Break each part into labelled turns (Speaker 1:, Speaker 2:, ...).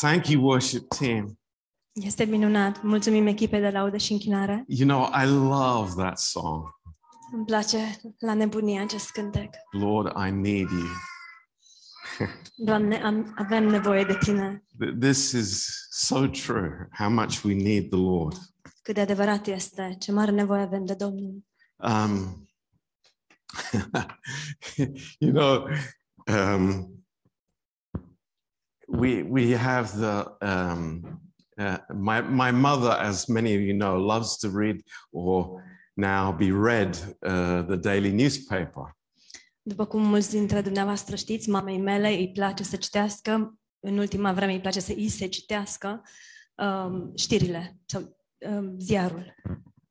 Speaker 1: Thank you, worship team.
Speaker 2: Este minunat. Mulțumim echipei de laudă și închinare.
Speaker 1: You know, I love that song.
Speaker 2: Îmi place la nebunie acest cântec.
Speaker 1: Lord, I need you.
Speaker 2: Doamne, am, avem nevoie de Tine.
Speaker 1: Th- This is so true, how much we need the Lord.
Speaker 2: Cât de adevărat este, ce mare nevoie avem de Domnul.
Speaker 1: Um, you know, um, we we have the um, uh, my my mother, as many of you know, loves to read or now be read uh, the daily newspaper,
Speaker 2: După cum mulți dintre dumneavoastră știți, mamei mele îi place să citească, în ultima vreme îi place să îi se citească um, știrile sau um, ziarul.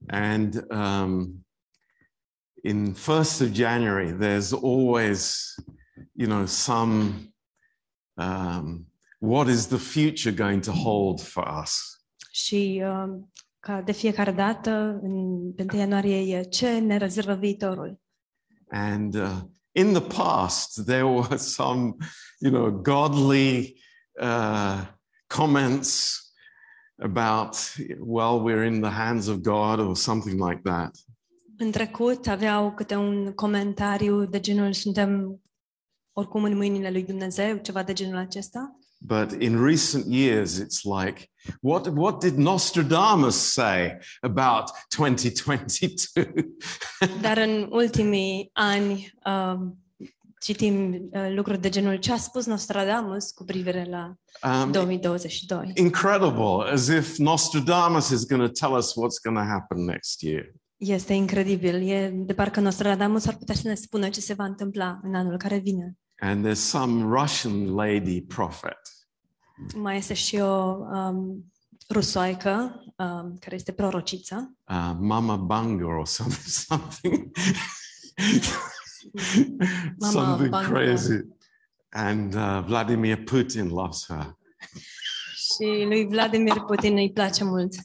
Speaker 1: and um, in first of January, there's always you know some. Um, what is the future going to hold for us?
Speaker 2: Și um, ca de fiecare dată, în 1 ianuarie, e ce ne rezervă viitorul.
Speaker 1: And uh, in the past, there were some, you know, godly uh, comments about, well, we're in the hands of God or something like that.
Speaker 2: În trecut aveau câte un comentariu de genul suntem oricum în mâinile lui Dumnezeu, ceva de genul acesta.
Speaker 1: But in recent years, it's like, what, what did Nostradamus say about 2022?
Speaker 2: Dar în ultimii ani um, citim uh, lucruri de genul ce a spus Nostradamus cu privire la
Speaker 1: Um,
Speaker 2: 2022.
Speaker 1: incredible, as if Nostradamus is going to tell us what's going to happen next year.
Speaker 2: Este incredibil. E de parcă Nostradamus ar putea să ne spună ce se va întâmpla în anul care vine.
Speaker 1: And there's some Russian lady prophet
Speaker 2: Mai este și o um, rusoaică um, care este prorociță,
Speaker 1: uh, Mama Banga or some, something,
Speaker 2: Mama
Speaker 1: something
Speaker 2: Banga.
Speaker 1: crazy. And uh, Vladimir Putin loves her.
Speaker 2: și lui Vladimir Putin îi place mult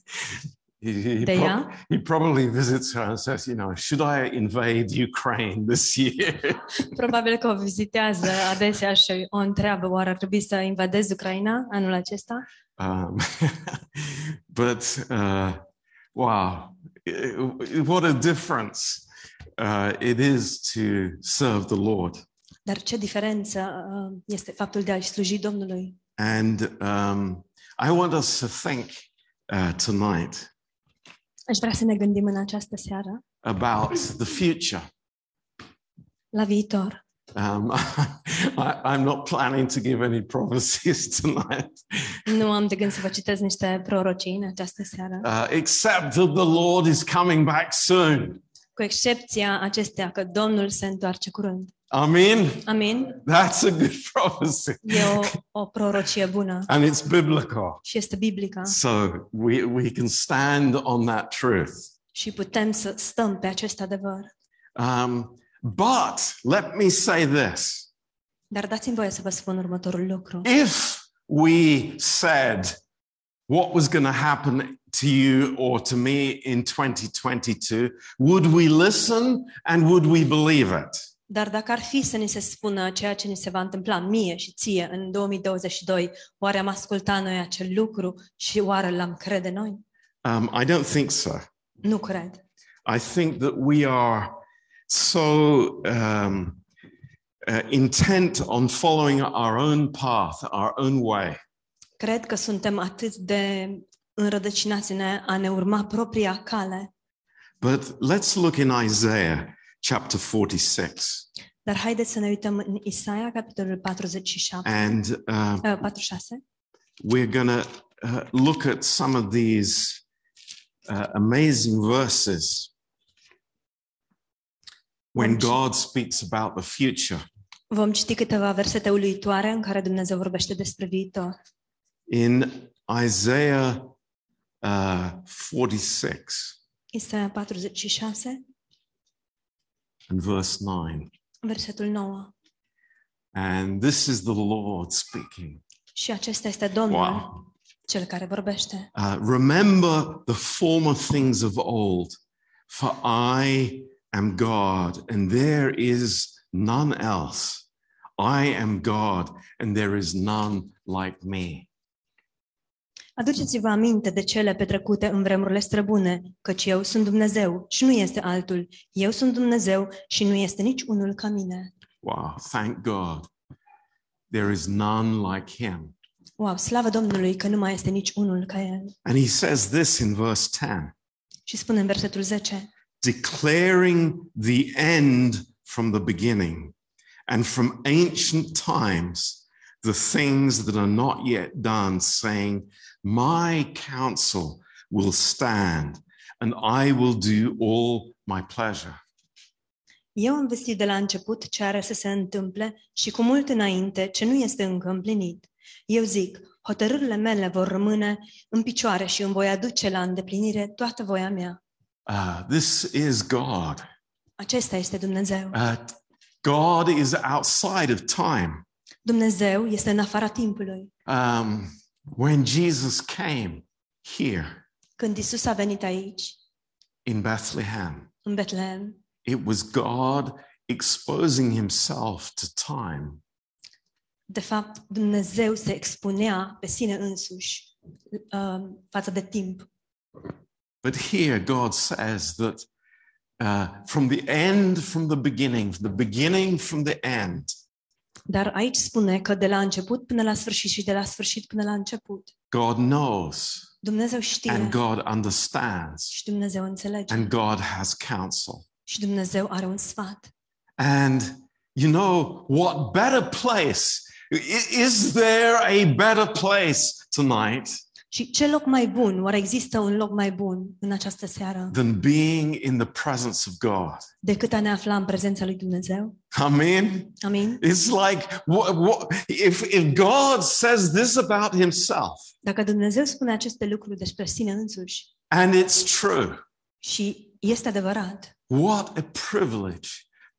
Speaker 1: He, he,
Speaker 2: de
Speaker 1: prob-
Speaker 2: ea.
Speaker 1: he probably visits her and says, you know, should I invade Ukraine this year?
Speaker 2: Probabil că o vizitează adesea și o întreabă, oare ar trebui să invadezi Ucraina anul acesta?
Speaker 1: um, but uh, wow, eh, what a difference uh, it is to serve the Lord.
Speaker 2: Dar ce diferență uh, este faptul de a-i sluji Domnului?
Speaker 1: And um, I want us to think uh, tonight
Speaker 2: Aș vrea să ne gândim în această seară
Speaker 1: about the future.
Speaker 2: la viitor.
Speaker 1: Um, I, I'm not planning to give any prophecies tonight,
Speaker 2: Nu am de gând să vă citesc niște prorocii în această seară,
Speaker 1: uh, except that the Lord is coming back soon.
Speaker 2: cu excepția acestea că Domnul se întoarce curând.
Speaker 1: Amen.
Speaker 2: Amin?
Speaker 1: That's a good prophecy,
Speaker 2: E o, o prorocie bună
Speaker 1: and it's biblical.
Speaker 2: și este biblică
Speaker 1: So we, we can stand on that truth.
Speaker 2: și putem să stăm pe acest adevăr.
Speaker 1: Um, but let me say this
Speaker 2: Dar dați-mi voie să vă spun următorul lucru.
Speaker 1: if we said what was going to happen to you or to me in 2022, would we listen and would we believe it?
Speaker 2: Dar dacă ar fi să ni se spună ceea ce ni se va întâmpla mie și ție în 2022, oare am ascultat noi acel lucru și oare l-am crede noi?
Speaker 1: Um, I don't think so.
Speaker 2: Nu cred.
Speaker 1: I think that we are so um, uh, intent on following our own path, our own way,
Speaker 2: Cred că suntem atât de înrădăcinați în a ne urma propria cale.
Speaker 1: But let's look in Isaiah chapter 46.
Speaker 2: Dar haideți să ne uităm în Isaia, capitolul 47,
Speaker 1: And uh,
Speaker 2: eh, 46
Speaker 1: we're going to uh, look at some of these uh, amazing verses when
Speaker 2: Thank you.
Speaker 1: God speaks about the future.
Speaker 2: Vom citi câteva versete uluitoare în care Dumnezeu vorbește despre viitor.
Speaker 1: In Isaiah uh, 46
Speaker 2: Isaia 46,
Speaker 1: and verse 9.
Speaker 2: versetul 9.
Speaker 1: And this is the Lord speaking.
Speaker 2: Și acesta este Domnul,
Speaker 1: Wow.
Speaker 2: cel care vorbește.
Speaker 1: Uh, remember the former things of old, for I am God, and there is none else. I am God, and there is none like me.
Speaker 2: Aduceți-vă aminte de cele petrecute în vremurile străbune, căci eu sunt Dumnezeu și nu este altul. Eu sunt Dumnezeu și nu este nici unul ca mine.
Speaker 1: Wow, thank God. There is none like him.
Speaker 2: Wow, slavă Domnului că nu mai este nici unul ca el.
Speaker 1: And he says this in verse 10
Speaker 2: Și spune în versetul 10,
Speaker 1: declaring the end from the beginning and from ancient times the things that are not yet done, saying, My counsel will stand and I will do all my pleasure.
Speaker 2: Eu am vestit de la început ce are să se întâmple și cu mult înainte ce nu este încă împlinit. Eu zic, hotărârile mele vor rămâne în picioare și îmi voi aduce la îndeplinire toată voia mea.
Speaker 1: Ah, this is God.
Speaker 2: Acesta este Dumnezeu.
Speaker 1: Uh, God is outside of time.
Speaker 2: Dumnezeu este în afara timpului.
Speaker 1: Um, when Jesus came here
Speaker 2: Când Isus a venit aici,
Speaker 1: in Bethlehem,
Speaker 2: în Betlehem,
Speaker 1: it was God exposing himself to time.
Speaker 2: de fapt, Dumnezeu se expunea pe sine însuși uh, față de timp.
Speaker 1: But here, God says that uh, from the end, from the beginning, the beginning, from the end,
Speaker 2: Dar aici spune că de la început până la sfârșit și de la sfârșit până la început,
Speaker 1: God knows
Speaker 2: Dumnezeu știe
Speaker 1: and God understands
Speaker 2: și Dumnezeu înțelege
Speaker 1: and God has counsel.
Speaker 2: și Dumnezeu are un sfat.
Speaker 1: And you know, what better place? I- Is there a better place tonight
Speaker 2: Și ce loc mai bun? Oare există un loc mai bun în această seară
Speaker 1: than being in the presence of God?
Speaker 2: decât a ne afla în prezența lui Dumnezeu?
Speaker 1: I mean,
Speaker 2: Amin?
Speaker 1: it's like what, what, if, if God says this about himself
Speaker 2: Dacă Dumnezeu spune aceste lucruri despre sine însuși
Speaker 1: and it's true,
Speaker 2: și este adevărat,
Speaker 1: what a privilege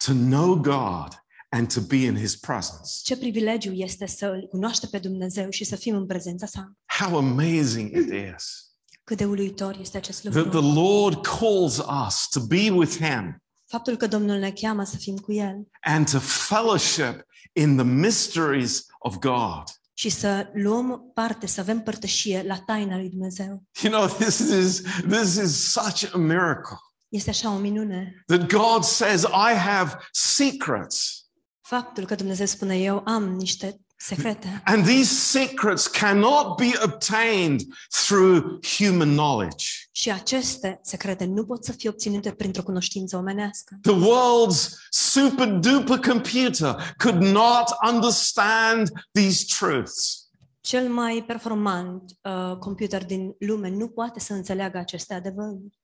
Speaker 1: to know God and to be in his presence.
Speaker 2: ce privilegiu este să îl cunoaște pe Dumnezeu și să fim în prezența sa.
Speaker 1: How amazing it is
Speaker 2: Cât de uluitor este acest
Speaker 1: that the
Speaker 2: lucru.
Speaker 1: Lord calls us to be with him
Speaker 2: Faptul că Domnul ne cheamă să fim cu El
Speaker 1: and to fellowship in the mysteries of God.
Speaker 2: și să luăm parte, să avem părtășie la taina lui Dumnezeu.
Speaker 1: You know, this is this is such a miracle
Speaker 2: Este așa o minune.
Speaker 1: that God says, I have secrets,
Speaker 2: Faptul că Dumnezeu spune eu am niște secrete
Speaker 1: and these secrets cannot be obtained through human knowledge.
Speaker 2: și aceste secrete nu pot să fie obținute printr-o cunoștință omenească.
Speaker 1: The world's super duper computer could not understand these truths.
Speaker 2: Cel mai performant uh, computer din lume nu poate să înțeleagă aceste adevăruri.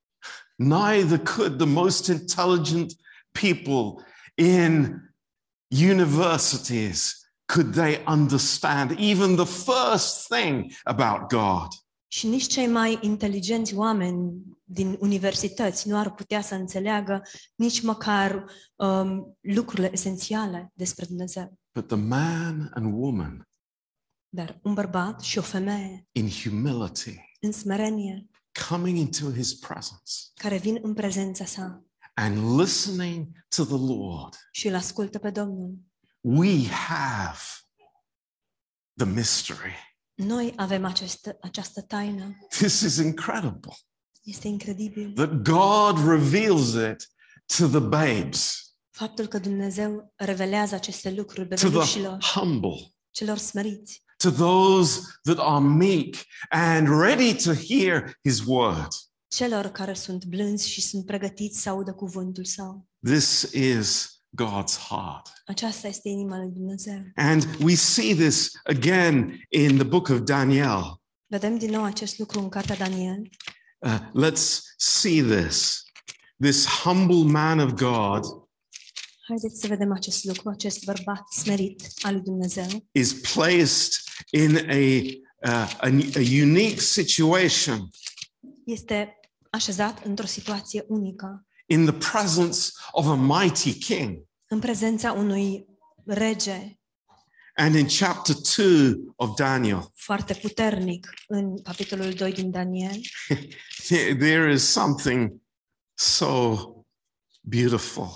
Speaker 1: Neither could the most intelligent people in universities could they understand even the first thing about God.
Speaker 2: Și nici cei mai inteligenți oameni din universități nu ar putea să înțeleagă nici măcar um, lucrurile esențiale despre Dumnezeu.
Speaker 1: But the man and woman
Speaker 2: Dar un bărbat și o femeie
Speaker 1: in humility
Speaker 2: în smerenie
Speaker 1: coming into his presence
Speaker 2: care vin în prezența sa
Speaker 1: and listening to the Lord,
Speaker 2: și îl ascultă pe Domnul.
Speaker 1: we have the mystery.
Speaker 2: Noi avem acest, această taină.
Speaker 1: This is incredible
Speaker 2: Este incredibil.
Speaker 1: that God reveals it to the babes.
Speaker 2: Faptul că Dumnezeu revelează aceste lucruri
Speaker 1: to the
Speaker 2: bebelușilor,
Speaker 1: humble,
Speaker 2: celor smeriți,
Speaker 1: to those that are meek and ready to hear his word.
Speaker 2: celor care sunt blânzi și sunt pregătiți să audă cuvântul său.
Speaker 1: This is God's heart.
Speaker 2: Aceasta este inima lui Dumnezeu.
Speaker 1: And we see this again in the book of Daniel.
Speaker 2: Vedem din nou acest lucru în cartea Daniel.
Speaker 1: Uh, let's see this. This humble man of God
Speaker 2: Haideți să vedem acest lucru, acest bărbat smerit al lui Dumnezeu
Speaker 1: is placed in a, uh, a, a unique situation
Speaker 2: este așezat într-o situație unică,
Speaker 1: in the presence of a mighty king.
Speaker 2: în prezența unui rege
Speaker 1: And in chapter 2 of Daniel,
Speaker 2: foarte puternic în capitolul 2 din Daniel.
Speaker 1: There- there is something so beautiful.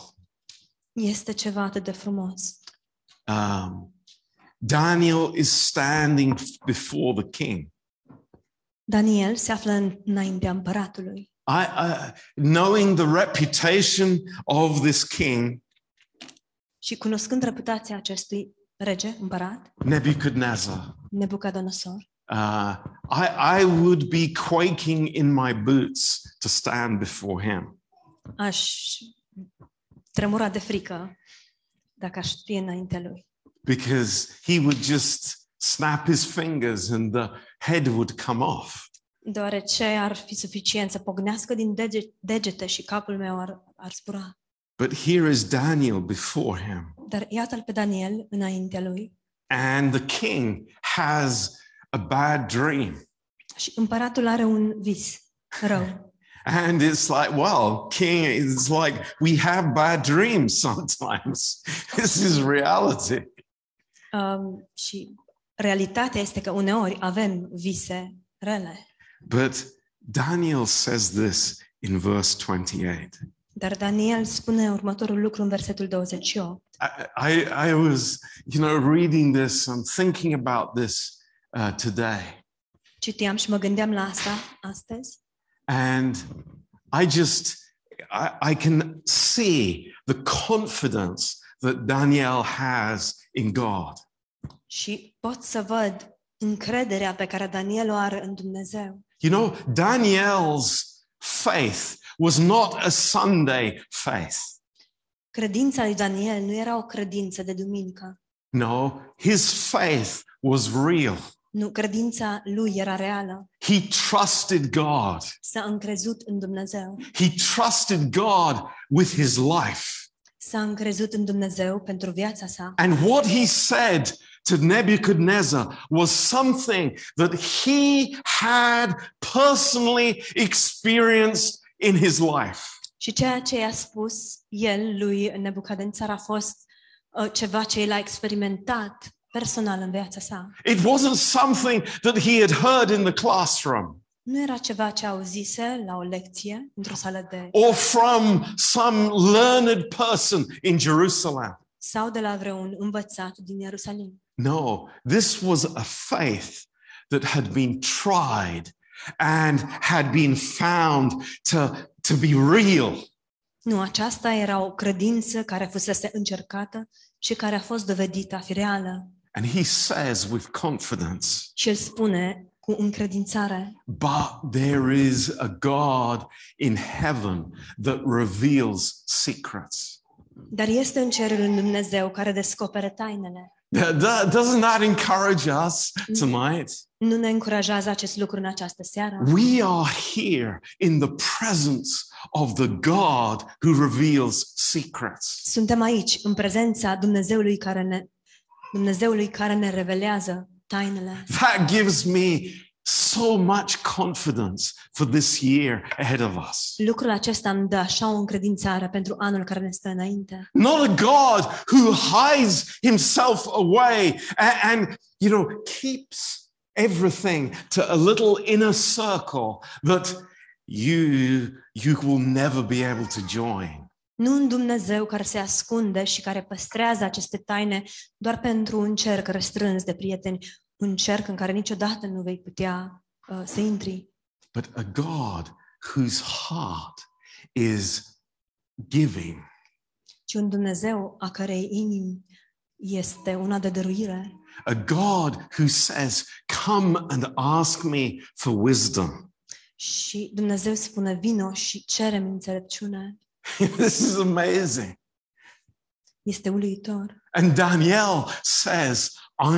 Speaker 2: Este ceva atât de frumos.
Speaker 1: Um, Daniel is standing before the king,
Speaker 2: Daniel se află înaintea împăratului.
Speaker 1: I, I, knowing the reputation of this king,
Speaker 2: Și cunoscând reputația acestui rege, împărat,
Speaker 1: Nebuchadnezzar,
Speaker 2: Nebucadonasor,
Speaker 1: uh, I, I would be quaking in my boots to stand before him.
Speaker 2: aș tremura de frică dacă aș fi înaintea lui.
Speaker 1: because he would just snap his fingers and the head would come off.
Speaker 2: Deoarece ar fi suficient să pognească din dege- degete și capul meu ar, ar zbura.
Speaker 1: But here is Daniel before him,
Speaker 2: Dar iată-l pe Daniel înaintea lui
Speaker 1: and the king has a bad dream.
Speaker 2: și împăratul are un vis rău.
Speaker 1: And it's like, well, king, it's like we have bad dreams sometimes. this is reality.
Speaker 2: Um, și realitatea este că uneori avem vise rele.
Speaker 1: But Daniel says this in verse 28.
Speaker 2: Dar Daniel spune următorul lucru în versetul 28.
Speaker 1: I, I, I was, you know, reading this and thinking about this uh, today.
Speaker 2: Citeam și mă gândeam la asta astăzi
Speaker 1: And I just, I, I can see the confidence that Daniel has in God.
Speaker 2: și pot să văd încrederea pe care Daniel o are în Dumnezeu.
Speaker 1: You know, Daniel's faith was not a Sunday faith.
Speaker 2: Credința lui Daniel nu era o credință de duminică.
Speaker 1: No, his faith was real.
Speaker 2: Nu, credința lui era reală.
Speaker 1: He trusted God.
Speaker 2: S-a încrezut în Dumnezeu.
Speaker 1: He trusted God with his life.
Speaker 2: S-a încrezut în Dumnezeu pentru viața sa.
Speaker 1: And what he said to Nebuchadnezzar was something that he had personally experienced in his life.
Speaker 2: Și ceea ce i-a spus el lui Nebucadențar a fost uh, ceva ce el a experimentat personal în viața sa.
Speaker 1: It wasn't something that he had heard in the classroom
Speaker 2: Nu era ceva ce auzise la o lecție într-o sală de
Speaker 1: or from some learned person in Jerusalem.
Speaker 2: sau de la vreun învățat din Ierusalim.
Speaker 1: No, this was a faith that had been tried and had been found to, to be real.
Speaker 2: Nu, aceasta era o credință care fusese încercată și care a fost dovedită a fi reală.
Speaker 1: And he says with confidence,
Speaker 2: Și el spune cu încredințare,
Speaker 1: But there is a God in heaven that reveals secrets.
Speaker 2: dar este în cerul un Dumnezeu care descopere tainele.
Speaker 1: That- that- doesn't that encourage us tonight?
Speaker 2: Nu ne încurajează acest lucru în această seară?
Speaker 1: We are here in the presence of the God who reveals secrets.
Speaker 2: Suntem aici, în prezența Dumnezeului care ne, Dumnezeului care ne revelează tainele.
Speaker 1: That gives me so much confidence for this year ahead of us.
Speaker 2: Lucrul acesta îmi dă așa o încredințare pentru anul care ne stă înainte.
Speaker 1: Not a God who hides himself away a- and, you know, keeps everything to a little inner circle that you you will never be able to join.
Speaker 2: Nu un Dumnezeu care se ascunde și care păstrează aceste taine doar pentru un cerc răstrâns de prieteni, un cerc în care niciodată nu vei putea uh, să intri,
Speaker 1: But a God whose heart is giving,
Speaker 2: ci un Dumnezeu a cărei inimi este una de dăruire,
Speaker 1: a God who says, "Come and ask me for wisdom."
Speaker 2: Și Dumnezeu spune, vino și cerem înțelepciune.
Speaker 1: this is amazing.
Speaker 2: Este uluitor.
Speaker 1: And Daniel says,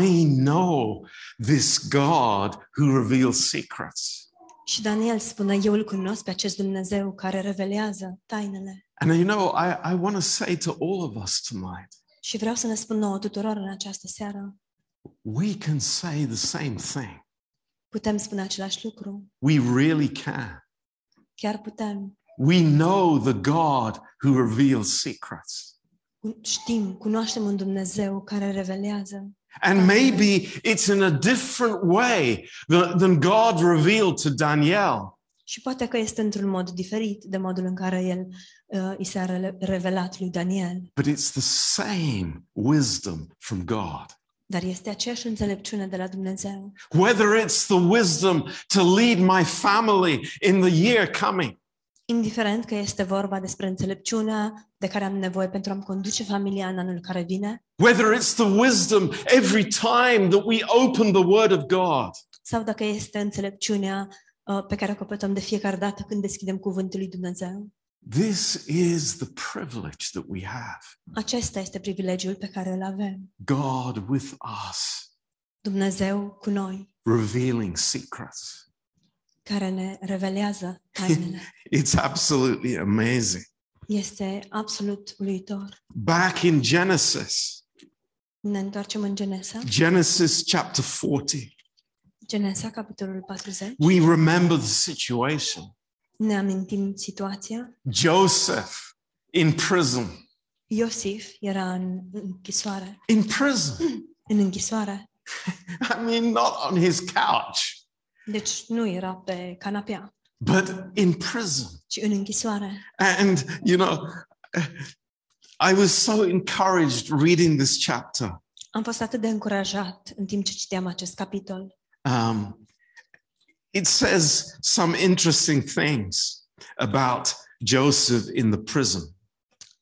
Speaker 1: I know this God who reveals secrets.
Speaker 2: Și Daniel spune, eu îl cunosc pe acest Dumnezeu care revelează tainele.
Speaker 1: And you know, I, I want to say to all of us tonight,
Speaker 2: Și vreau să ne spun nouă tuturor în această seară,
Speaker 1: we can say the same thing.
Speaker 2: putem spune același lucru.
Speaker 1: We really can.
Speaker 2: Chiar putem.
Speaker 1: We know the God who reveals secrets.
Speaker 2: Cu- Știm, cunoaștem un Dumnezeu care revelează.
Speaker 1: And maybe it's in a different way tha- than God revealed to Daniel.
Speaker 2: Și poate că este într-un mod diferit de modul în care el uh, i s-a rele- revelat lui Daniel.
Speaker 1: But it's the same wisdom from God.
Speaker 2: Dar este aceeași înțelepciune de la Dumnezeu.
Speaker 1: Whether it's the wisdom to lead my family in the year coming,
Speaker 2: Indiferent că este vorba despre înțelepciunea de care am nevoie pentru a-mi conduce familia în anul care vine,
Speaker 1: whether it's the wisdom every time that we open the Word of God,
Speaker 2: sau dacă este înțelepciunea uh, pe care o căpătăm de fiecare dată când deschidem cuvântul lui Dumnezeu.
Speaker 1: this is the privilege that we have.
Speaker 2: Acesta este privilegiul pe care îl avem.
Speaker 1: God with us,
Speaker 2: Dumnezeu cu noi,
Speaker 1: revealing secrets.
Speaker 2: care ne revelează tainele.
Speaker 1: It's absolutely amazing.
Speaker 2: Este absolut uluitor.
Speaker 1: Back in Genesis,
Speaker 2: Ne întoarcem în Genesa,
Speaker 1: Genesis chapter 40,
Speaker 2: Genesa, capitolul 40.
Speaker 1: we remember the situation.
Speaker 2: Ne amintim situația.
Speaker 1: Joseph in prison,
Speaker 2: Iosif era în închisoare,
Speaker 1: in prison.
Speaker 2: în închisoare,
Speaker 1: I mean, not on his couch,
Speaker 2: deci nu era pe canapea,
Speaker 1: but in prison.
Speaker 2: ci în închisoare.
Speaker 1: And, you know, I was so encouraged reading this chapter.
Speaker 2: Am fost atât de încurajat în timp ce citeam acest capitol.
Speaker 1: Um, it says some interesting things about Joseph in the prison.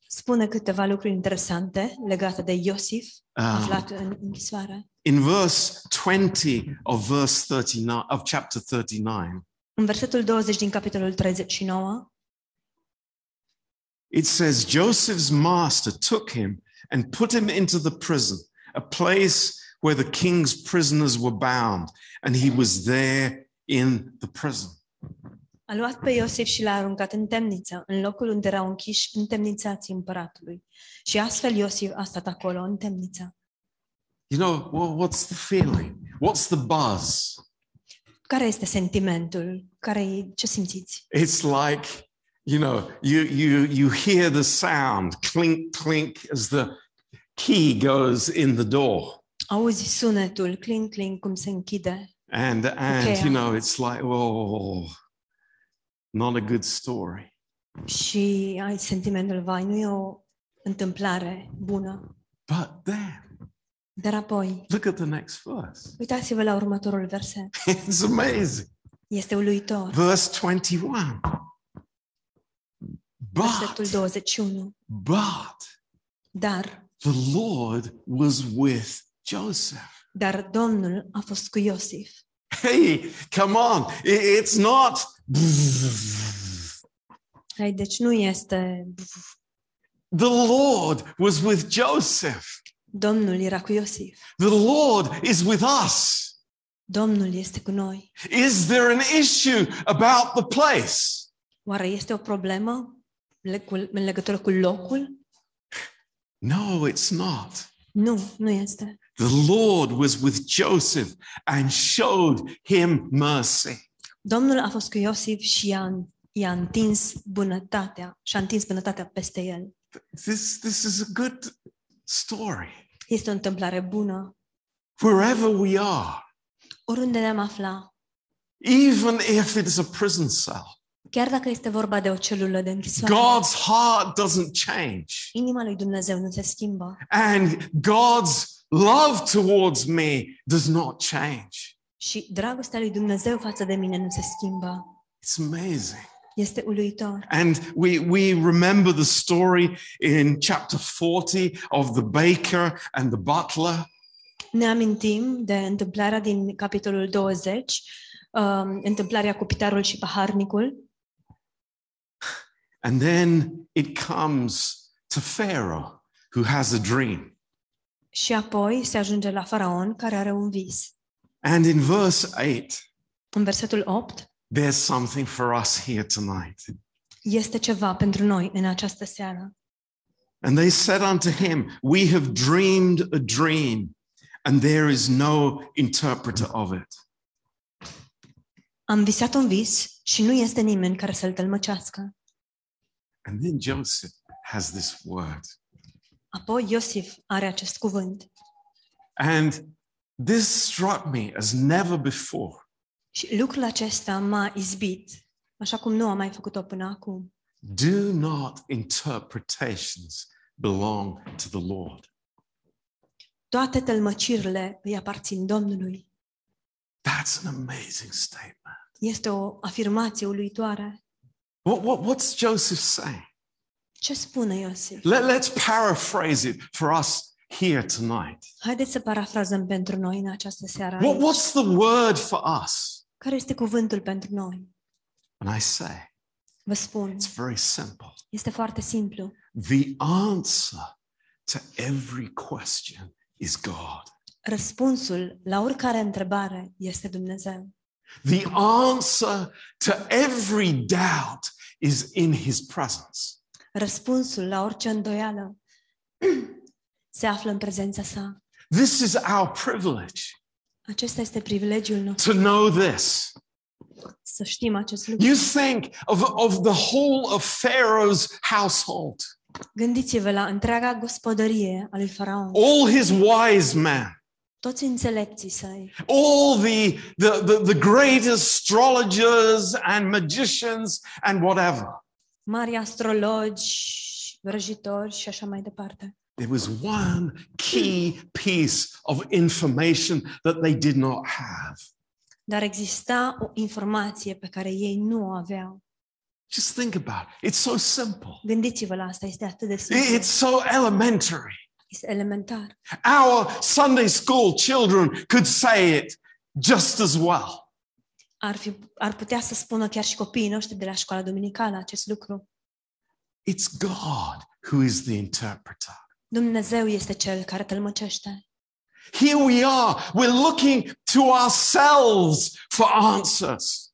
Speaker 2: Spune câteva lucruri interesante legate de Iosif,
Speaker 1: Um,
Speaker 2: aflat în închisoare.
Speaker 1: in verse 20 of verse 39 of chapter 39,
Speaker 2: În versetul 20 din capitolul 39,
Speaker 1: It says Joseph's master took him and put him into the prison, a place where the king's prisoners were bound, and he was there in the prison.
Speaker 2: A luat pe Iosif și l-a aruncat în temniță, în locul unde erau închiși întemnițații împăratului. Și astfel Iosif a stat acolo, în temniță.
Speaker 1: You know, well, what's the feeling? What's the buzz?
Speaker 2: Care este sentimentul? Care e, ce simțiți?
Speaker 1: It's like, you know, you you you hear the sound clink clink as the key goes in the door.
Speaker 2: Auzi sunetul, clink, clink, cum se închide.
Speaker 1: And and
Speaker 2: Okay.
Speaker 1: you know, it's like, oh, not a good story.
Speaker 2: Și ai sentimentul, vai, nu e o întâmplare bună.
Speaker 1: But then
Speaker 2: Dar apoi,
Speaker 1: Look at the next verse.
Speaker 2: uitați-vă la următorul verset.
Speaker 1: It's amazing.
Speaker 2: Este uluitor.
Speaker 1: Verse 21.
Speaker 2: Versetul
Speaker 1: But,
Speaker 2: 21.
Speaker 1: but
Speaker 2: Dar,
Speaker 1: the Lord was with Joseph.
Speaker 2: dar Domnul a fost cu Iosif.
Speaker 1: Hey, come on. I- It's not.
Speaker 2: Hai, deci nu este
Speaker 1: The Lord was with Joseph.
Speaker 2: Domnul era cu Iosif.
Speaker 1: The Lord is with us.
Speaker 2: Domnul este cu noi.
Speaker 1: Is there an issue about the place?
Speaker 2: Oare este o problemă le- cu- în legătură cu locul?
Speaker 1: No, it's not.
Speaker 2: Nu, nu este.
Speaker 1: The Lord was with Joseph and showed him mercy.
Speaker 2: Domnul a fost cu Iosif și i-a, i-a întins bunătatea și a întins bunătatea peste el.
Speaker 1: This, this is a good story.
Speaker 2: Este o întâmplare bună.
Speaker 1: Wherever we are,
Speaker 2: Oriunde ne-am afla,
Speaker 1: even if it's a prison cell,
Speaker 2: chiar dacă este vorba de o celulă de închisoare,
Speaker 1: God's heart doesn't change.
Speaker 2: inima lui Dumnezeu nu se schimbă
Speaker 1: And God's love towards me does not change.
Speaker 2: și dragostea lui Dumnezeu față de mine nu se schimbă.
Speaker 1: It's amazing.
Speaker 2: Este uluitor.
Speaker 1: And we, we remember the story in chapter 40 of the baker and the butler.
Speaker 2: Ne amintim de întâmplarea din capitolul 20, um, întâmplarea cu pitarul și paharnicul,
Speaker 1: And then it comes to Pharaoh, who has a dream.
Speaker 2: și apoi se ajunge la faraon care are un vis.
Speaker 1: And in verse 8,
Speaker 2: În versetul 8
Speaker 1: there's something for us here tonight.
Speaker 2: este ceva pentru noi în această seară.
Speaker 1: And they said unto him, We have dreamed a dream, and there is no interpreter of it.
Speaker 2: Am visat un vis și nu este nimeni care să-l tălmăcească.
Speaker 1: And then Joseph has this word.
Speaker 2: Apoi Iosif are acest cuvânt.
Speaker 1: And this struck me as never before.
Speaker 2: Și lucrul acesta m-a izbit, așa cum nu am mai făcut-o până acum.
Speaker 1: Do not interpretations belong to the Lord?
Speaker 2: Toate tălmăcirile îi aparțin Domnului.
Speaker 1: That's an amazing statement.
Speaker 2: Este o afirmație uluitoare.
Speaker 1: What, what, what's Joseph saying?
Speaker 2: Ce spune Iosif?
Speaker 1: Let, let's paraphrase it for us here tonight.
Speaker 2: Haideți să parafrazăm pentru noi în această seară.
Speaker 1: What, what's the word for us?
Speaker 2: Care este cuvântul pentru noi?
Speaker 1: And I say,
Speaker 2: Vă spun,
Speaker 1: it's very simple.
Speaker 2: este foarte simplu.
Speaker 1: The answer to every question is God.
Speaker 2: Răspunsul la oricare întrebare este Dumnezeu.
Speaker 1: The answer to every doubt is in his presence.
Speaker 2: Răspunsul la orice îndoială se află în prezența sa.
Speaker 1: This is our privilege
Speaker 2: Acesta este privilegiul nostru,
Speaker 1: to know this.
Speaker 2: să știm acest lucru.
Speaker 1: You think of, of the whole of Pharaoh's household,
Speaker 2: Gândiți-vă la întreaga gospodărie a lui Faraon,
Speaker 1: all his wise men,
Speaker 2: toți înțelepții săi,
Speaker 1: all the, the, the, the great astrologers and magicians and whatever.
Speaker 2: mari astrologi, vrăjitori și așa mai departe.
Speaker 1: There was one key piece of information that they did not have.
Speaker 2: Dar exista o informație pe care ei nu o aveau.
Speaker 1: Just think about it. It's so simple,
Speaker 2: Gândiți-vă la asta, este atât de simplu,
Speaker 1: it's so elementary.
Speaker 2: este elementar.
Speaker 1: Our Sunday school children could say it just as well.
Speaker 2: Ar, fi, ar putea să spună chiar și copiii noștri de la școala duminicală acest lucru.
Speaker 1: It's God who is the interpreter.
Speaker 2: Dumnezeu este cel care tălmăcește.
Speaker 1: Here we are. We're looking to ourselves for answers.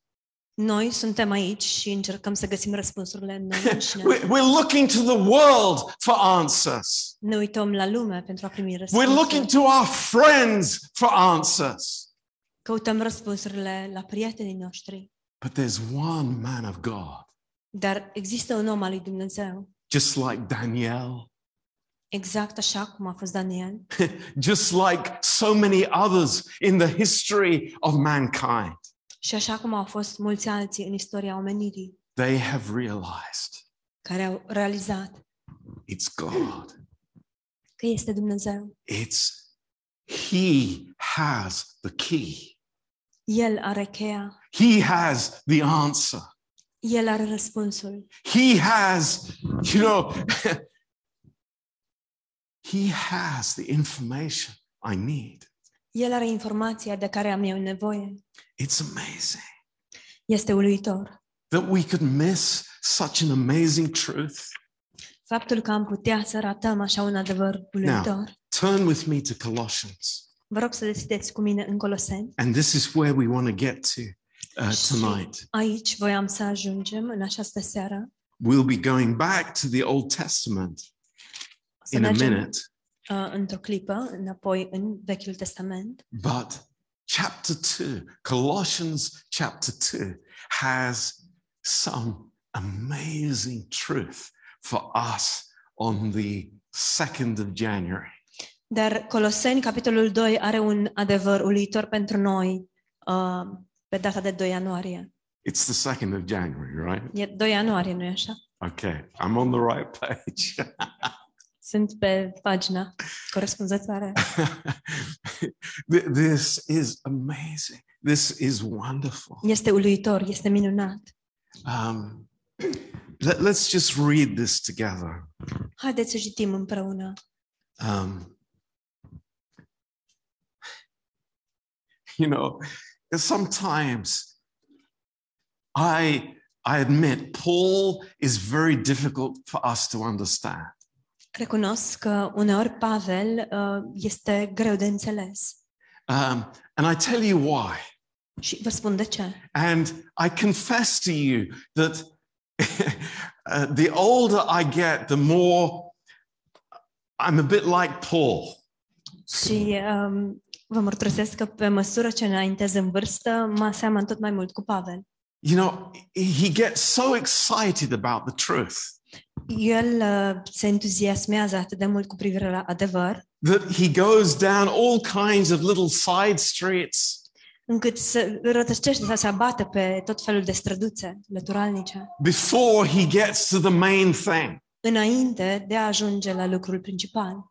Speaker 2: Noi suntem aici și încercăm să găsim răspunsurile în noi înșine.
Speaker 1: We're we're looking to the world for answers.
Speaker 2: Ne uităm la lume pentru a primi
Speaker 1: We're looking
Speaker 2: răspunsuri.
Speaker 1: to our friends for answers.
Speaker 2: Căutăm răspunsurile la prietenii noștri.
Speaker 1: But there's one man of God,
Speaker 2: Dar există un om al lui Dumnezeu,
Speaker 1: just like Daniel,
Speaker 2: exact așa cum a fost Daniel,
Speaker 1: just like so many others in the history of mankind.
Speaker 2: și așa cum au fost mulți alții în istoria omenirii,
Speaker 1: They have realized
Speaker 2: care au realizat
Speaker 1: it's God.
Speaker 2: că este Dumnezeu.
Speaker 1: It's He has the key.
Speaker 2: El are cheia,
Speaker 1: He has the answer.
Speaker 2: El are răspunsul,
Speaker 1: He has, you know, He has the information I need.
Speaker 2: El are informația de care am eu nevoie.
Speaker 1: It's amazing
Speaker 2: Este uluitor.
Speaker 1: that we could miss such an amazing truth.
Speaker 2: Faptul că am putea să ratăm așa un adevăr
Speaker 1: Da.
Speaker 2: uluitor.
Speaker 1: Turn with me to Colossians.
Speaker 2: Vă rog să deschideți cu mine în Coloseni.
Speaker 1: And this is where we want to get to uh,
Speaker 2: Și
Speaker 1: tonight.
Speaker 2: Aici voiam să ajungem în această seară.
Speaker 1: We'll be going back to the Old Testament
Speaker 2: O Să
Speaker 1: in a
Speaker 2: mergem
Speaker 1: minute,
Speaker 2: uh, într-o clipă înapoi în Vechiul Testament.
Speaker 1: but chapter 2, Colossians chapter 2, has some amazing truth for us on the 2nd of January.
Speaker 2: Dar Coloseni, capitolul 2, are un adevăr uluitor pentru noi uh, pe data de 2 ianuarie.
Speaker 1: It's the 2nd of January, right?
Speaker 2: E 2 ianuarie, nu-i așa?
Speaker 1: Okay, I'm on the right page.
Speaker 2: Sunt pe pagina corespunzătoare.
Speaker 1: Th- this is amazing. This is wonderful.
Speaker 2: Este uluitor, este minunat.
Speaker 1: Um, let, us just read this together.
Speaker 2: Haideți să citim împreună.
Speaker 1: Um, you know, sometimes I I admit Paul is very difficult for us to understand.
Speaker 2: Recunosc că uneori Pavel uh, este greu de înțeles.
Speaker 1: Um, and I tell you why.
Speaker 2: Și vă spun de ce.
Speaker 1: And I confess to you that uh, the older I get, the more I'm a bit like Paul.
Speaker 2: Și um, vă mărturisesc că pe măsură ce înaintez în vârstă, mă aseamăn tot mai mult cu Pavel.
Speaker 1: You know, he gets so excited about the truth
Speaker 2: El uh, se entuziasmează atât de mult cu privire la adevăr,
Speaker 1: that he goes down all kinds of little side streets
Speaker 2: încât se rătăcește sau se abate pe tot felul de străduțe lăturalnice,
Speaker 1: before he gets to the main thing.
Speaker 2: înainte de a ajunge la lucrul principal.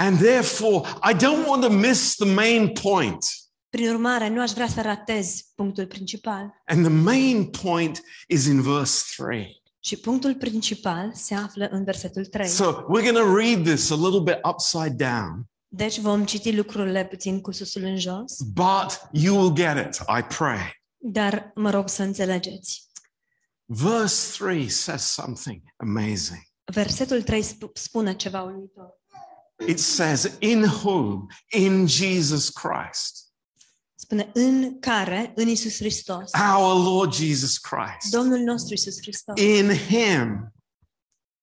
Speaker 1: And therefore, I don't want to miss the main point.
Speaker 2: Prin urmare, nu aș vrea să ratez punctul principal.
Speaker 1: And the main point is in verse 3.
Speaker 2: Și punctul principal se află în versetul 3.
Speaker 1: So we're going to read this a little bit upside down,
Speaker 2: Deci vom citi lucrurile puțin cu susul în jos,
Speaker 1: but you will get it, I pray.
Speaker 2: dar mă rog să înțelegeți.
Speaker 1: Verse 3 says something amazing.
Speaker 2: Versetul 3 sp- spune ceva uluitor.
Speaker 1: It says, In whom? In Jesus Christ,
Speaker 2: Spune, în care, în Isus Hristos,
Speaker 1: our Lord Jesus Christ.
Speaker 2: Domnul nostru Isus Hristos,
Speaker 1: In him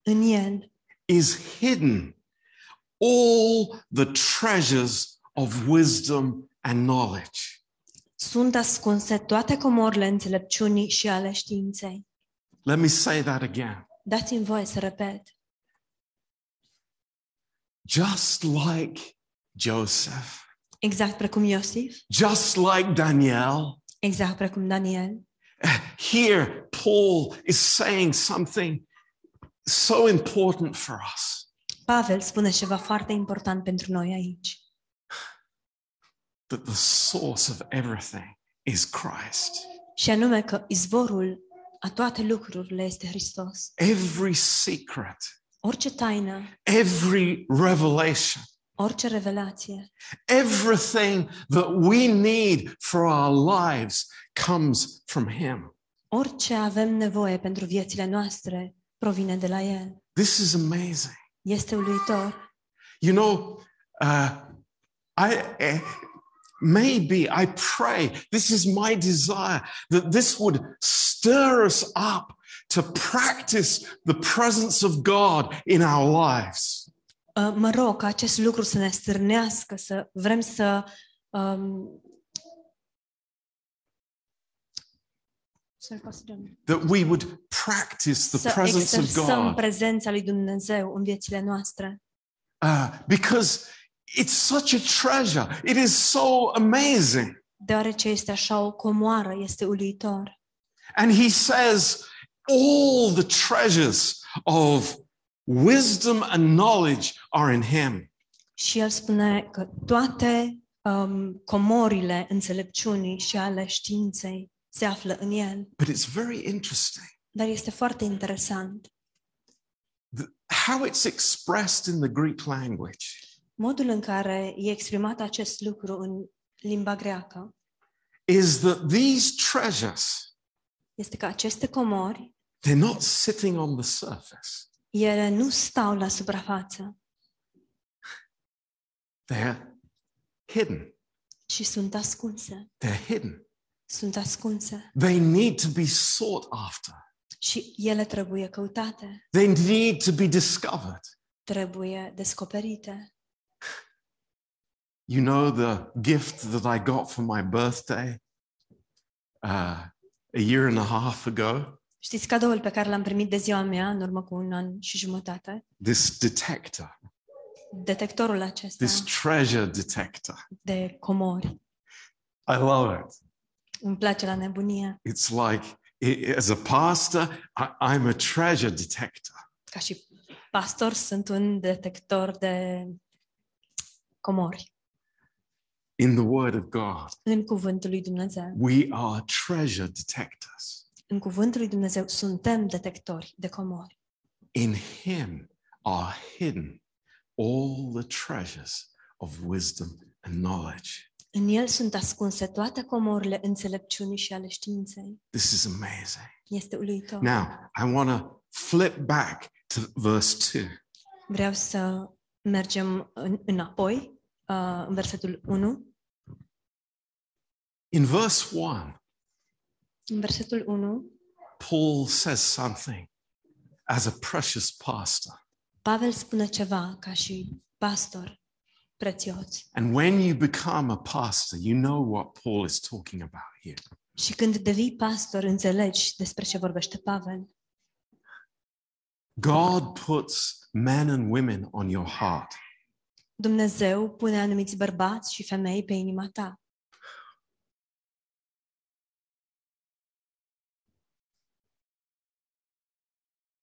Speaker 2: în El
Speaker 1: is hidden all the treasures of wisdom and knowledge.
Speaker 2: sunt ascunse toate comorile înțelepciunii și ale științei.
Speaker 1: Let me say that again.
Speaker 2: Dați-mi voie să repet.
Speaker 1: Just like Joseph,
Speaker 2: Exact precum Iosif,
Speaker 1: just like Daniel,
Speaker 2: exact precum Daniel.
Speaker 1: here Paul is saying something so important for us.
Speaker 2: Pavel spune ceva foarte important pentru noi aici.
Speaker 1: that the source of everything is Christ.
Speaker 2: Și anume că izvorul a toate lucrurile este Hristos.
Speaker 1: Every secret,
Speaker 2: Orice taină,
Speaker 1: every revelation,
Speaker 2: orice revelație,
Speaker 1: everything that we need for our lives comes from Him.
Speaker 2: orice avem nevoie pentru viețile noastre provine de la El.
Speaker 1: This is amazing.
Speaker 2: Este uluitor.
Speaker 1: You know, uh, I. eh, Maybe I pray, this is my desire, that this would stir us up to practice the presence of God in our lives.
Speaker 2: Uh, Mă rog ca acest lucru să ne stârnească, să vrem să um, să-l păstrăm.
Speaker 1: that we would practice the
Speaker 2: să
Speaker 1: presence of
Speaker 2: exersăm
Speaker 1: God
Speaker 2: prezența lui Dumnezeu în viețile noastre.
Speaker 1: uh, because it's such a treasure. It is so amazing.
Speaker 2: deoarece este așa o comoară, este uluitor.
Speaker 1: And he says, all the treasures of wisdom and knowledge are in him.
Speaker 2: Și el spune că toate um, comorile înțelepciunii și ale științei se află în el.
Speaker 1: But it's very interesting
Speaker 2: Dar este foarte interesant
Speaker 1: th- how it's expressed in the Greek language.
Speaker 2: modul în care e exprimat acest lucru în limba greacă
Speaker 1: Is that these treasures,
Speaker 2: este că aceste comori,
Speaker 1: they're not sitting on the surface,
Speaker 2: ele nu stau la suprafață,
Speaker 1: they're hidden.
Speaker 2: ci sunt ascunse.
Speaker 1: They're hidden.
Speaker 2: Sunt ascunse
Speaker 1: They need to be sought after.
Speaker 2: și ele trebuie căutate,
Speaker 1: They need to be discovered.
Speaker 2: trebuie descoperite.
Speaker 1: You know, the gift that I got for my birthday uh, a year and a half ago
Speaker 2: Știți cadoul pe care l-am primit de ziua mea în urmă cu un an și jumătate?
Speaker 1: this detector,
Speaker 2: Detectorul acesta
Speaker 1: this treasure detector.
Speaker 2: de comori.
Speaker 1: I love it.
Speaker 2: Îmi place la nebunie.
Speaker 1: It's like, i- as a pastor, I, I'm a treasure detector.
Speaker 2: Ca și pastor sunt un detector de comori.
Speaker 1: In the Word of God,
Speaker 2: În cuvântul lui Dumnezeu.
Speaker 1: we are treasure detectors.
Speaker 2: În cuvântul lui Dumnezeu suntem detectori de comori.
Speaker 1: In Him are hidden all the treasures of wisdom and knowledge.
Speaker 2: În el sunt ascunse toate comorile înțelepciunii și ale științei.
Speaker 1: This is amazing.
Speaker 2: Este uluitor.
Speaker 1: Now, I want to flip back to verse 2.
Speaker 2: Vreau să mergem în, înapoi, uh, în versetul 1.
Speaker 1: In verse 1,
Speaker 2: În versetul 1
Speaker 1: Paul says something as a precious pastor.
Speaker 2: Pavel spune ceva ca și pastor prețios.
Speaker 1: And when you become a pastor, you know what Paul is talking about here.
Speaker 2: Și când devii pastor, înțelegi despre ce vorbește Pavel.
Speaker 1: God puts men and women on your heart.
Speaker 2: Dumnezeu pune anumiți bărbați și femei pe inima ta.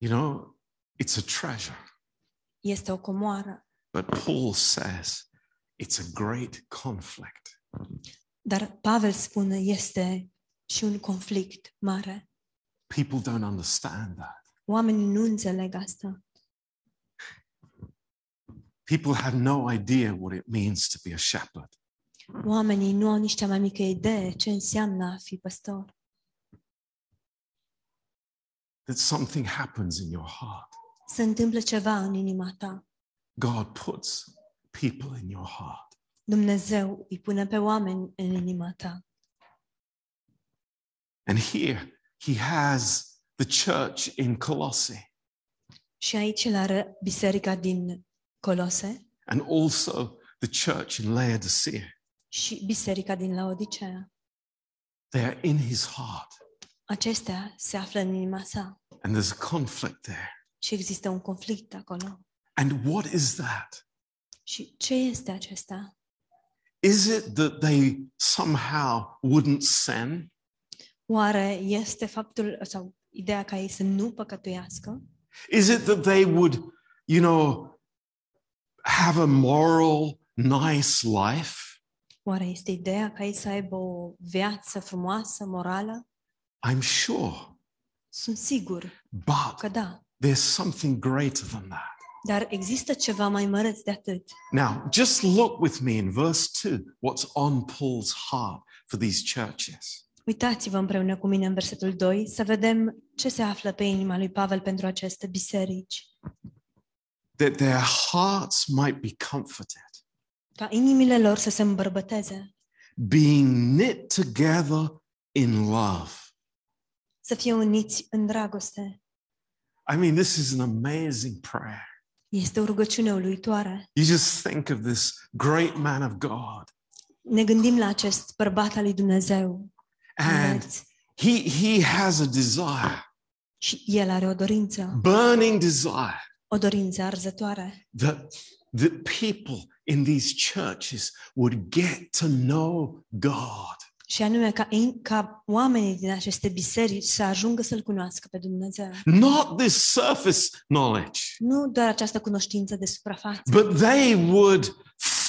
Speaker 1: You know, it's a treasure.
Speaker 2: Este o comoară.
Speaker 1: But Paul says it's a great conflict.
Speaker 2: Dar Pavel spune, este și un conflict mare.
Speaker 1: People don't understand that.
Speaker 2: Oamenii nu înțeleg asta.
Speaker 1: People have no idea what it means to be a shepherd.
Speaker 2: Oamenii nu au nici cea mai mică idee ce înseamnă a fi păstor.
Speaker 1: That something happens in your heart.
Speaker 2: Se întâmplă ceva în inima ta.
Speaker 1: God puts people in your heart.
Speaker 2: Dumnezeu îi pune pe oameni în inima ta.
Speaker 1: And here he has the church in Colossae
Speaker 2: Și aici îl ară biserica din Colose
Speaker 1: and also the church in Laodicea.
Speaker 2: și biserica din Laodicea.
Speaker 1: They're in his heart,
Speaker 2: Acestea se află în inima sa
Speaker 1: and there's a conflict there.
Speaker 2: și există un conflict acolo.
Speaker 1: And what is that?
Speaker 2: Și ce este acesta?
Speaker 1: Is it that they somehow wouldn't sin?
Speaker 2: Oare este faptul sau ideea ca ei să nu păcătuiască?
Speaker 1: Is it that they would, you know, have a moral, nice life?
Speaker 2: Oare este ideea ca ei să aibă o viață frumoasă, morală?
Speaker 1: I'm sure.
Speaker 2: Sunt sigur
Speaker 1: But
Speaker 2: că da,
Speaker 1: there's something greater than that.
Speaker 2: dar există ceva mai măreț de atât.
Speaker 1: Now, just look with me in verse 2 what's on Paul's heart for these churches.
Speaker 2: Uitați-vă împreună cu mine în versetul 2 să vedem ce se află pe inima lui Pavel pentru aceste biserici.
Speaker 1: That their hearts might be comforted,
Speaker 2: Ca inimile lor să se îmbărbăteze,
Speaker 1: being knit together in love.
Speaker 2: să fie uniți în dragoste.
Speaker 1: I mean, this is an amazing prayer.
Speaker 2: Este o rugăciune uluitoare.
Speaker 1: You just think of this great man of God,
Speaker 2: Ne gândim la acest bărbat al lui Dumnezeu.
Speaker 1: and
Speaker 2: înalt,
Speaker 1: he, he has a desire,
Speaker 2: Și el are o dorință,
Speaker 1: burning desire,
Speaker 2: o dorință arzătoare,
Speaker 1: that, that people in these churches would get to know God.
Speaker 2: și anume ca, in- ca oamenii din aceste biserici să ajungă să-L cunoască pe Dumnezeu.
Speaker 1: Not this surface knowledge,
Speaker 2: Nu doar această cunoștință de suprafață,
Speaker 1: but they would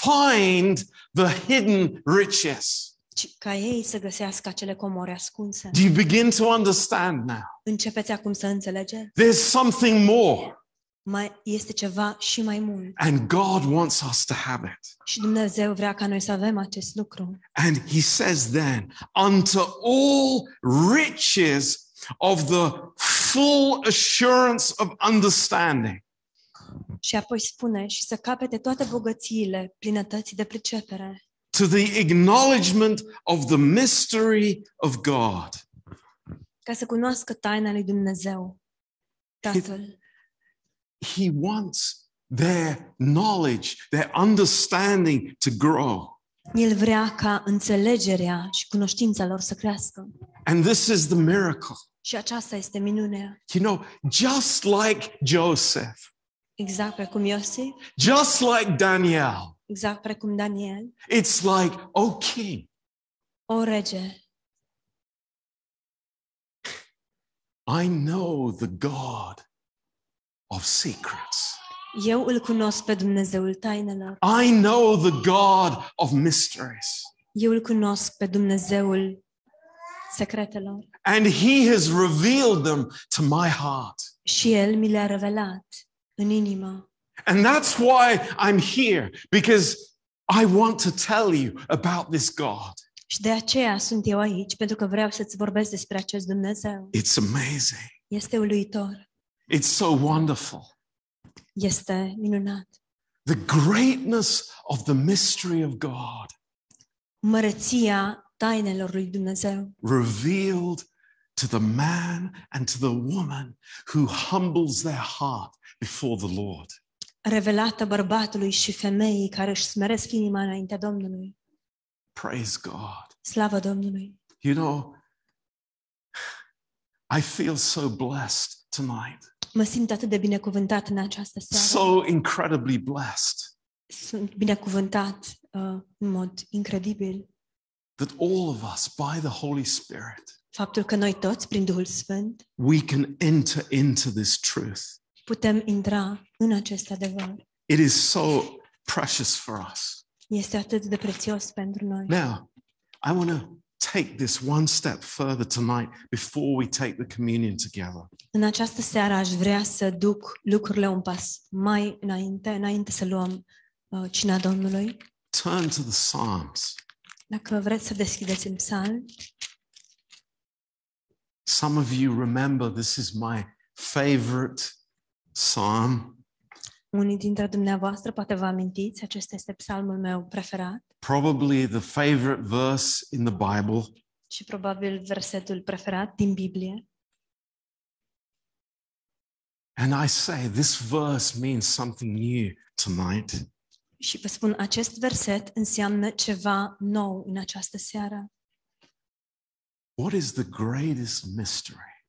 Speaker 1: find the hidden riches.
Speaker 2: ci ca ei să găsească acele comori ascunse.
Speaker 1: Do you begin to understand now?
Speaker 2: Începeți acum să înțelegeți?
Speaker 1: There's something more,
Speaker 2: Mai este ceva și mai mult.
Speaker 1: and God wants us to have it.
Speaker 2: Și Dumnezeu vrea ca noi să avem acest lucru.
Speaker 1: And he says then, unto all riches of the full assurance of understanding,
Speaker 2: Și apoi spune și să capete toate bogățiile plinătății de pricepere,
Speaker 1: to the acknowledgement of the mystery of God.
Speaker 2: ca să cunoască taina lui Dumnezeu, Tatăl.
Speaker 1: He wants their knowledge, their understanding to grow.
Speaker 2: El vrea ca înțelegerea și cunoștința lor să crească.
Speaker 1: And this is the miracle.
Speaker 2: Și aceasta este minunea,
Speaker 1: You know, just like Joseph,
Speaker 2: exact precum Iosif,
Speaker 1: just like Daniel,
Speaker 2: exact precum Daniel.
Speaker 1: it's like, O king,
Speaker 2: O rege,
Speaker 1: I know the God of secrets.
Speaker 2: eu îl cunosc pe Dumnezeul tainelor,
Speaker 1: I know the God of mysteries.
Speaker 2: eu îl cunosc pe Dumnezeul secretelor.
Speaker 1: And he has revealed them to my heart.
Speaker 2: Și El mi le-a revelat în inimă.
Speaker 1: And that's why I'm here, because I want to tell you about this God.
Speaker 2: Și de aceea sunt eu aici, pentru că vreau să-ți vorbesc despre acest Dumnezeu.
Speaker 1: It's amazing.
Speaker 2: Este uluitor,
Speaker 1: It's so wonderful.
Speaker 2: este minunat.
Speaker 1: The greatness of the mystery of God
Speaker 2: Măreția tainelor lui Dumnezeu
Speaker 1: revealed to the man and to the woman who humbles their heart before the Lord.
Speaker 2: revelată bărbatului și femeii care își smeresc inima înaintea Domnului.
Speaker 1: Praise God.
Speaker 2: Slavă Domnului!
Speaker 1: You know, I feel so blessed tonight,
Speaker 2: Mă simt atât de binecuvântat în această seară.
Speaker 1: so incredibly blessed
Speaker 2: Sunt binecuvântat uh, în mod incredibil.
Speaker 1: that all of us, by the Holy Spirit,
Speaker 2: Faptul că noi toți, prin Duhul Sfânt,
Speaker 1: we can enter into this truth.
Speaker 2: putem intra în acest adevăr.
Speaker 1: It is so precious for us.
Speaker 2: Este atât de prețios pentru noi.
Speaker 1: Now, I want to take this one step further tonight before we take the communion together.
Speaker 2: În această seară aș vrea să duc lucrurile un pas mai înainte, înainte să luăm uh, cina Domnului.
Speaker 1: Turn to the Psalms.
Speaker 2: Dacă vreți să deschideți în psalm,
Speaker 1: Some of you remember this is my favorite psalm,
Speaker 2: unii dintre dumneavoastră poate vă amintiți, acesta este psalmul meu preferat
Speaker 1: probably the favorite verse in the Bible.
Speaker 2: și probabil versetul preferat din Biblie.
Speaker 1: And I say this verse means something new tonight.
Speaker 2: Și vă spun, acest verset înseamnă ceva nou în această seară.
Speaker 1: What is the greatest mystery?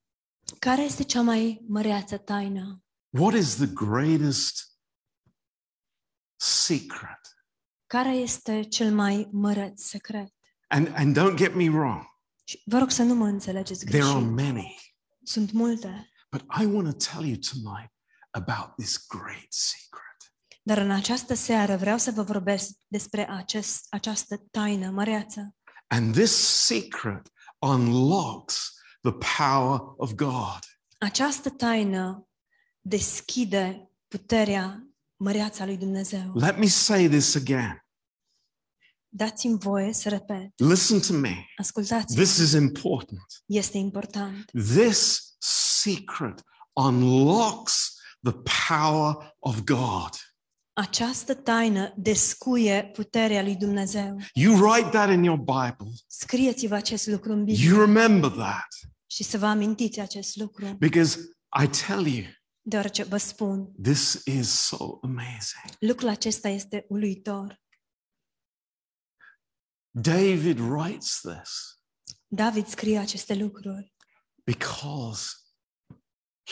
Speaker 2: Care este cea mai măreață taină?
Speaker 1: What is the greatest secret?
Speaker 2: Care este cel mai măreț secret?
Speaker 1: And, and don't get me wrong,
Speaker 2: Și vă rog să nu mă înțelegeți
Speaker 1: there are
Speaker 2: greșit.
Speaker 1: many,
Speaker 2: Sunt multe,
Speaker 1: but I want to tell you tonight about this great secret.
Speaker 2: dar în această seară vreau să vă vorbesc despre acest, această taină măreață.
Speaker 1: And this secret unlocks the power of God.
Speaker 2: Această taină deschide puterea măreața lui Dumnezeu.
Speaker 1: Let me say this again.
Speaker 2: Dați-mi voie să repet.
Speaker 1: Listen to me.
Speaker 2: Ascultați,
Speaker 1: This is important.
Speaker 2: este important.
Speaker 1: This secret unlocks the power of God.
Speaker 2: Această taină descuie puterea lui Dumnezeu.
Speaker 1: You write that in your Bible.
Speaker 2: Scrieți-vă acest lucru în Biblie
Speaker 1: You remember that
Speaker 2: și să vă amintiți acest lucru,
Speaker 1: because I tell you,
Speaker 2: deoarece vă spun,
Speaker 1: this is so amazing.
Speaker 2: lucrul acesta este uluitor.
Speaker 1: David writes this
Speaker 2: David scrie aceste lucruri
Speaker 1: because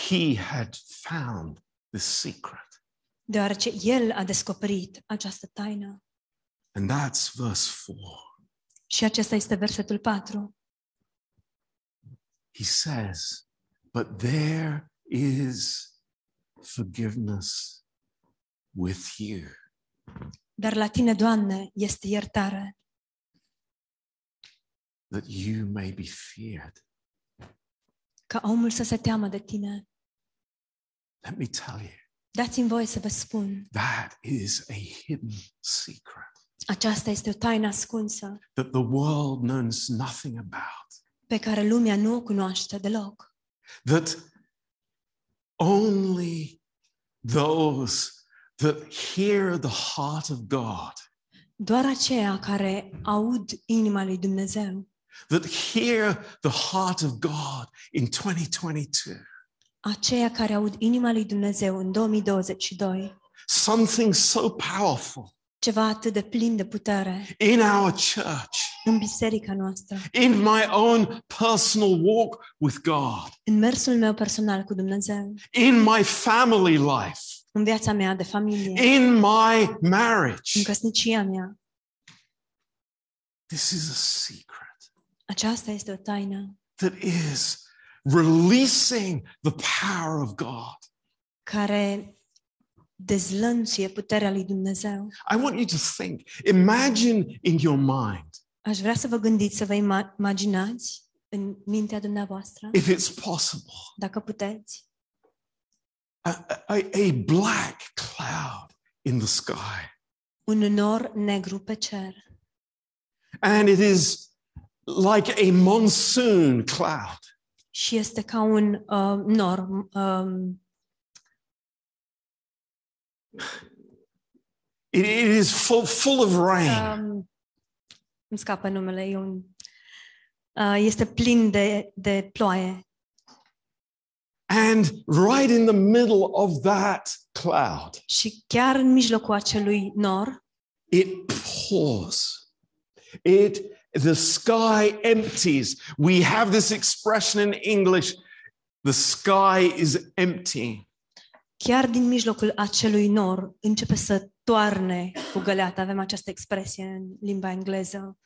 Speaker 1: he had found the secret.
Speaker 2: deoarece el a descoperit această taină.
Speaker 1: And that's verse 4.
Speaker 2: Și acesta este versetul 4.
Speaker 1: He says, But there is forgiveness with you.
Speaker 2: Dar la tine, Doamne, este iertare,
Speaker 1: that you may be feared.
Speaker 2: ca omul să se teamă de tine.
Speaker 1: Let me tell you,
Speaker 2: Dați-mi voie să vă spun,
Speaker 1: that is a hidden secret
Speaker 2: aceasta este o taină ascunsă
Speaker 1: that the world knows nothing about.
Speaker 2: pe care lumea nu o cunoaște deloc.
Speaker 1: That only those that hear the heart of God,
Speaker 2: Doar aceia care aud inima lui Dumnezeu,
Speaker 1: that hear the heart of God in 2022,
Speaker 2: aceia care aud inima lui Dumnezeu în 2022,
Speaker 1: something so powerful
Speaker 2: ceva atât de plin de putere
Speaker 1: in our church,
Speaker 2: în biserica noastră,
Speaker 1: in my own personal walk with God,
Speaker 2: în mersul meu personal cu Dumnezeu,
Speaker 1: in my family life.
Speaker 2: în viața mea de familie,
Speaker 1: in my
Speaker 2: în
Speaker 1: marriage.
Speaker 2: căsnicia mea.
Speaker 1: This is a secret
Speaker 2: Aceasta este o taină
Speaker 1: that is releasing the power of God.
Speaker 2: care dezlănțuie puterea lui Dumnezeu.
Speaker 1: I want you to think, imagine in your mind,
Speaker 2: Aș vrea să vă gândiți, să vă ima- imaginați în mintea dumneavoastră,
Speaker 1: if it's possible,
Speaker 2: dacă puteți,
Speaker 1: a, a- a black cloud in the sky.
Speaker 2: un nor negru pe cer
Speaker 1: And it is like a monsoon cloud.
Speaker 2: și este ca un uh, nor um,
Speaker 1: It- it is full, full of rain.
Speaker 2: um, îmi scapă numele, e un, uh, este plin de, de ploaie
Speaker 1: and right in the middle of that cloud,
Speaker 2: și chiar în mijlocul acelui nor
Speaker 1: it pours it the sky empties we have this expression in english the sky is empty
Speaker 2: Chiar din mijlocul acelui nor începe să toarne cu găleata. Avem această expresie în limba engleză.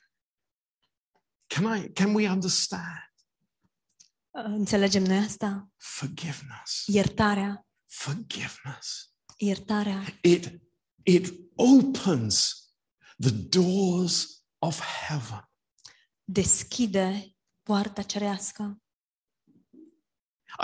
Speaker 1: can i can we understand
Speaker 2: Înțelegem noi asta?
Speaker 1: forgiveness
Speaker 2: Iertarea.
Speaker 1: forgiveness
Speaker 2: Iertarea.
Speaker 1: it it opens the doors of heaven.
Speaker 2: deschide poarta cerească.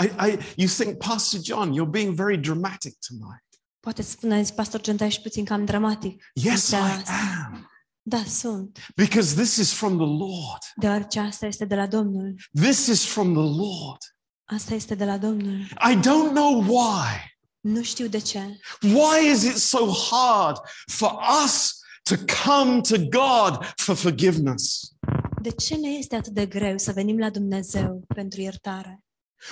Speaker 1: I, I, you think, Pastor John, you're being very dramatic tonight.
Speaker 2: Poate spuneți, pastor Genta, ești puțin cam dramatic.
Speaker 1: Yes, I
Speaker 2: Yes.
Speaker 1: am.
Speaker 2: Da, sunt,
Speaker 1: Because this is from the Lord.
Speaker 2: deoarece asta este de la Domnul.
Speaker 1: This is from the Lord.
Speaker 2: Asta este de la Domnul.
Speaker 1: I don't know why.
Speaker 2: Nu știu de ce.
Speaker 1: Why is it so hard for us to come to God for forgiveness?
Speaker 2: De ce ne este atât de greu să venim la Dumnezeu pentru iertare?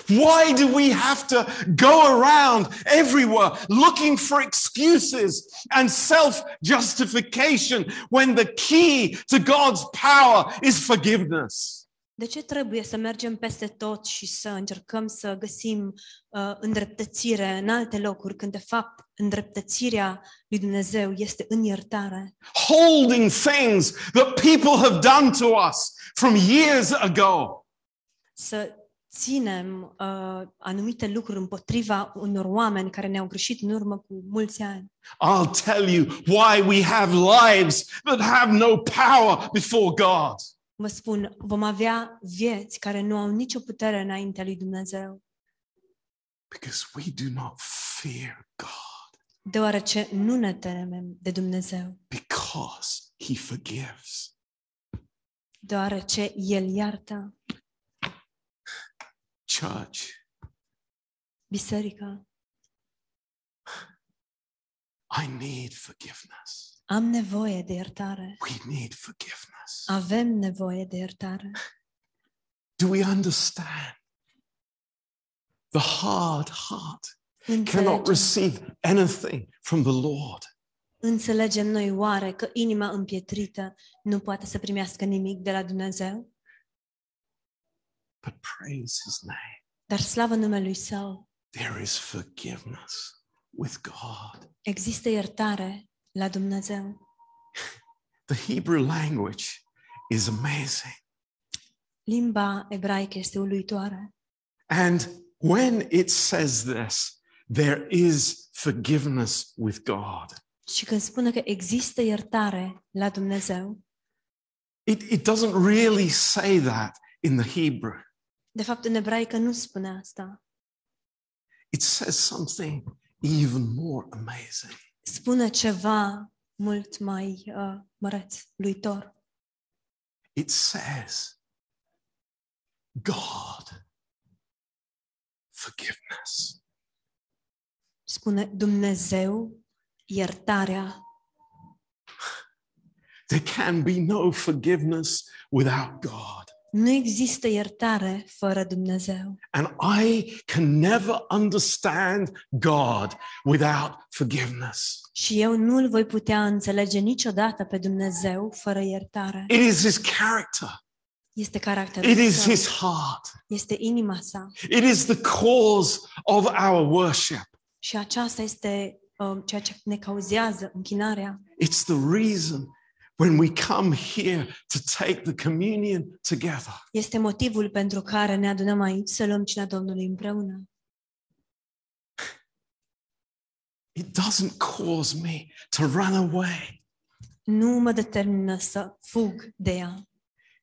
Speaker 1: Why do we have to go around everywhere looking for excuses and self justification when the key to God's power is forgiveness?
Speaker 2: De ce trebuie să mergem peste tot și să încercăm să găsim uh, îndreptățire în alte locuri, când de fapt îndreptățirea lui Dumnezeu este în iertare?
Speaker 1: Holding things that people have done to us from years ago.
Speaker 2: Să ținem uh, anumite lucruri împotriva unor oameni care ne-au greșit în urmă cu mulți ani.
Speaker 1: I'll tell you why we have lives that have no power before God.
Speaker 2: Vă spun, vom avea vieți care nu au nicio putere înaintea lui Dumnezeu,
Speaker 1: Because we do not fear God
Speaker 2: deoarece nu ne temem de Dumnezeu,
Speaker 1: because He forgives.
Speaker 2: deoarece El iartă
Speaker 1: Church,
Speaker 2: biserica.
Speaker 1: I need forgiveness.
Speaker 2: Am nevoie de iertare.
Speaker 1: We need forgiveness.
Speaker 2: Avem nevoie de iertare.
Speaker 1: Do we understand? The hard heart cannot
Speaker 2: Înțelegem,
Speaker 1: receive anything from the Lord.
Speaker 2: înțelegem noi oare că inima împietrită nu poate să primească nimic de la Dumnezeu?
Speaker 1: But praise His name.
Speaker 2: Dar slavă numelui Său,
Speaker 1: There is forgiveness with God.
Speaker 2: există iertare la Dumnezeu.
Speaker 1: The Hebrew language is amazing.
Speaker 2: Limba ebraică este uluitoare.
Speaker 1: And when it says this, there is forgiveness with God.
Speaker 2: Și când spune că există iertare la Dumnezeu,
Speaker 1: It, it doesn't really say that in the Hebrew.
Speaker 2: de fapt în ebraică nu spune asta.
Speaker 1: It says something even more amazing.
Speaker 2: Spune ceva mult mai uh, măreț, luitor.
Speaker 1: It says, God, forgiveness.
Speaker 2: Spune Dumnezeu, iertarea
Speaker 1: There can be no forgiveness without God.
Speaker 2: Nu există iertare fără Dumnezeu.
Speaker 1: And I can never understand God without forgiveness.
Speaker 2: Și eu nu îl voi putea înțelege niciodată pe Dumnezeu fără iertare.
Speaker 1: It is his character.
Speaker 2: Este caracterul
Speaker 1: It is
Speaker 2: său,
Speaker 1: his heart.
Speaker 2: este inima sa
Speaker 1: It is the cause of our worship.
Speaker 2: și aceasta este um, ceea ce ne cauzează închinarea.
Speaker 1: It's the reason when we come here to take the communion together.
Speaker 2: Este motivul pentru care ne adunăm aici să luăm cina Domnului împreună.
Speaker 1: It doesn't cause me to run away,
Speaker 2: Nu mă determină să fug de ea,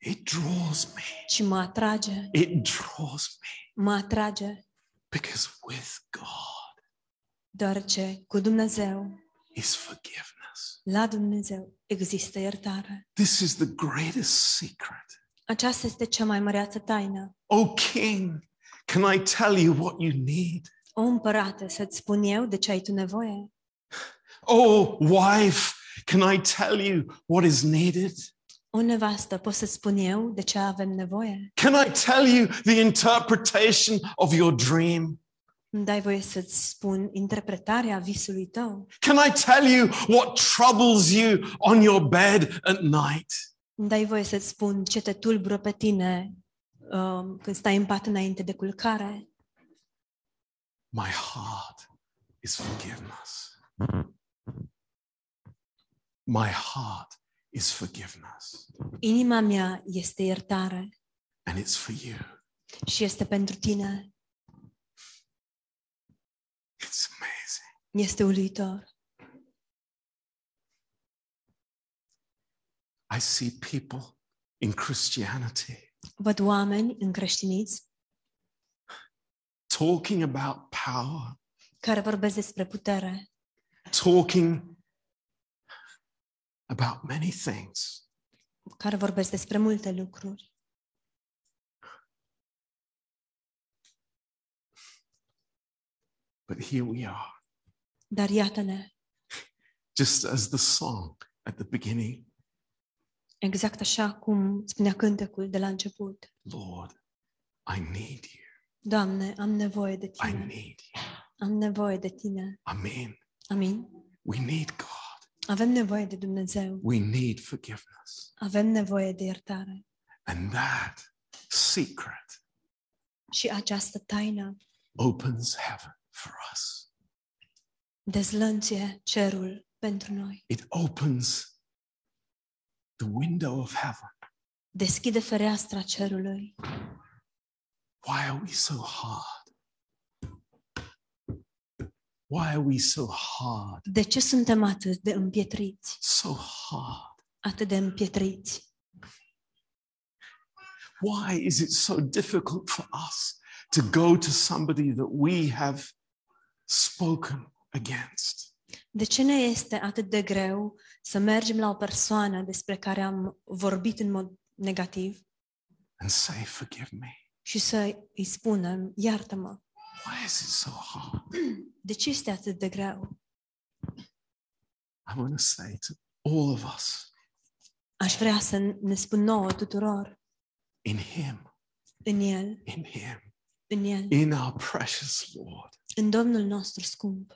Speaker 1: it draws me.
Speaker 2: ci mă atrage,
Speaker 1: It draws me
Speaker 2: mă atrage,
Speaker 1: because with God
Speaker 2: deoarece cu Dumnezeu,
Speaker 1: is forgiveness.
Speaker 2: la Dumnezeu, există iertare.
Speaker 1: This is the greatest secret.
Speaker 2: Aceasta este cea mai măreață taină
Speaker 1: Oh, King, can I tell you what you need?
Speaker 2: O împărate, să-ți spun eu de ce ai tu nevoie?
Speaker 1: Oh, wife, can I tell you what is needed?
Speaker 2: O nevastă, pot să-ți spun eu de ce avem nevoie?
Speaker 1: Can I tell you the interpretation of your dream?
Speaker 2: Îmi dai voie să-ți spun interpretarea visului tău?
Speaker 1: Can I tell you what troubles you on your bed at night?
Speaker 2: Îmi dai voie să-ți spun ce te tulbură pe tine um, când stai în pat înainte de culcare?
Speaker 1: My heart is forgiveness. My heart is forgiveness.
Speaker 2: Inima mea este iertare
Speaker 1: And it's for you.
Speaker 2: și este pentru tine.
Speaker 1: It's amazing.
Speaker 2: Este uluitor.
Speaker 1: I see people in Christianity
Speaker 2: Văd oameni încreștiniți
Speaker 1: talking about power,
Speaker 2: care vorbesc despre putere,
Speaker 1: talking about many things.
Speaker 2: care vorbesc despre multe lucruri.
Speaker 1: But here we are,
Speaker 2: Dar iată-ne,
Speaker 1: just as the song at the beginning
Speaker 2: exact așa cum spunea cântecul de la început.
Speaker 1: Lord, I need you.
Speaker 2: Doamne, am nevoie de
Speaker 1: I
Speaker 2: Tine.
Speaker 1: need you.
Speaker 2: Am nevoie de Tine.
Speaker 1: Amen.
Speaker 2: Amin.
Speaker 1: We need God.
Speaker 2: Avem nevoie de Dumnezeu.
Speaker 1: We need forgiveness.
Speaker 2: Avem nevoie de iertare.
Speaker 1: And that secret
Speaker 2: Și această taină
Speaker 1: opens heaven for us.
Speaker 2: dezlănțuie cerul pentru noi.
Speaker 1: It opens the window of heaven.
Speaker 2: Deschide fereastra cerului.
Speaker 1: Why are we so hard? Why are we so hard?
Speaker 2: De ce suntem atât de împietriți?
Speaker 1: So hard.
Speaker 2: Atât de împietriți?
Speaker 1: Why is it so difficult for us to go to somebody that we have spoken against?
Speaker 2: De ce ne este atât de greu să mergem la o persoană despre care am vorbit în mod negativ
Speaker 1: and say, Forgive me.
Speaker 2: și să îi spunem, iartă-mă,
Speaker 1: Why is it so hard?
Speaker 2: de ce este atât de greu?
Speaker 1: I want to say to all of us
Speaker 2: Aș vrea să ne spun nouă tuturor,
Speaker 1: in Him,
Speaker 2: în El,
Speaker 1: in Him,
Speaker 2: în El,
Speaker 1: in our precious Lord,
Speaker 2: în Domnul nostru scump,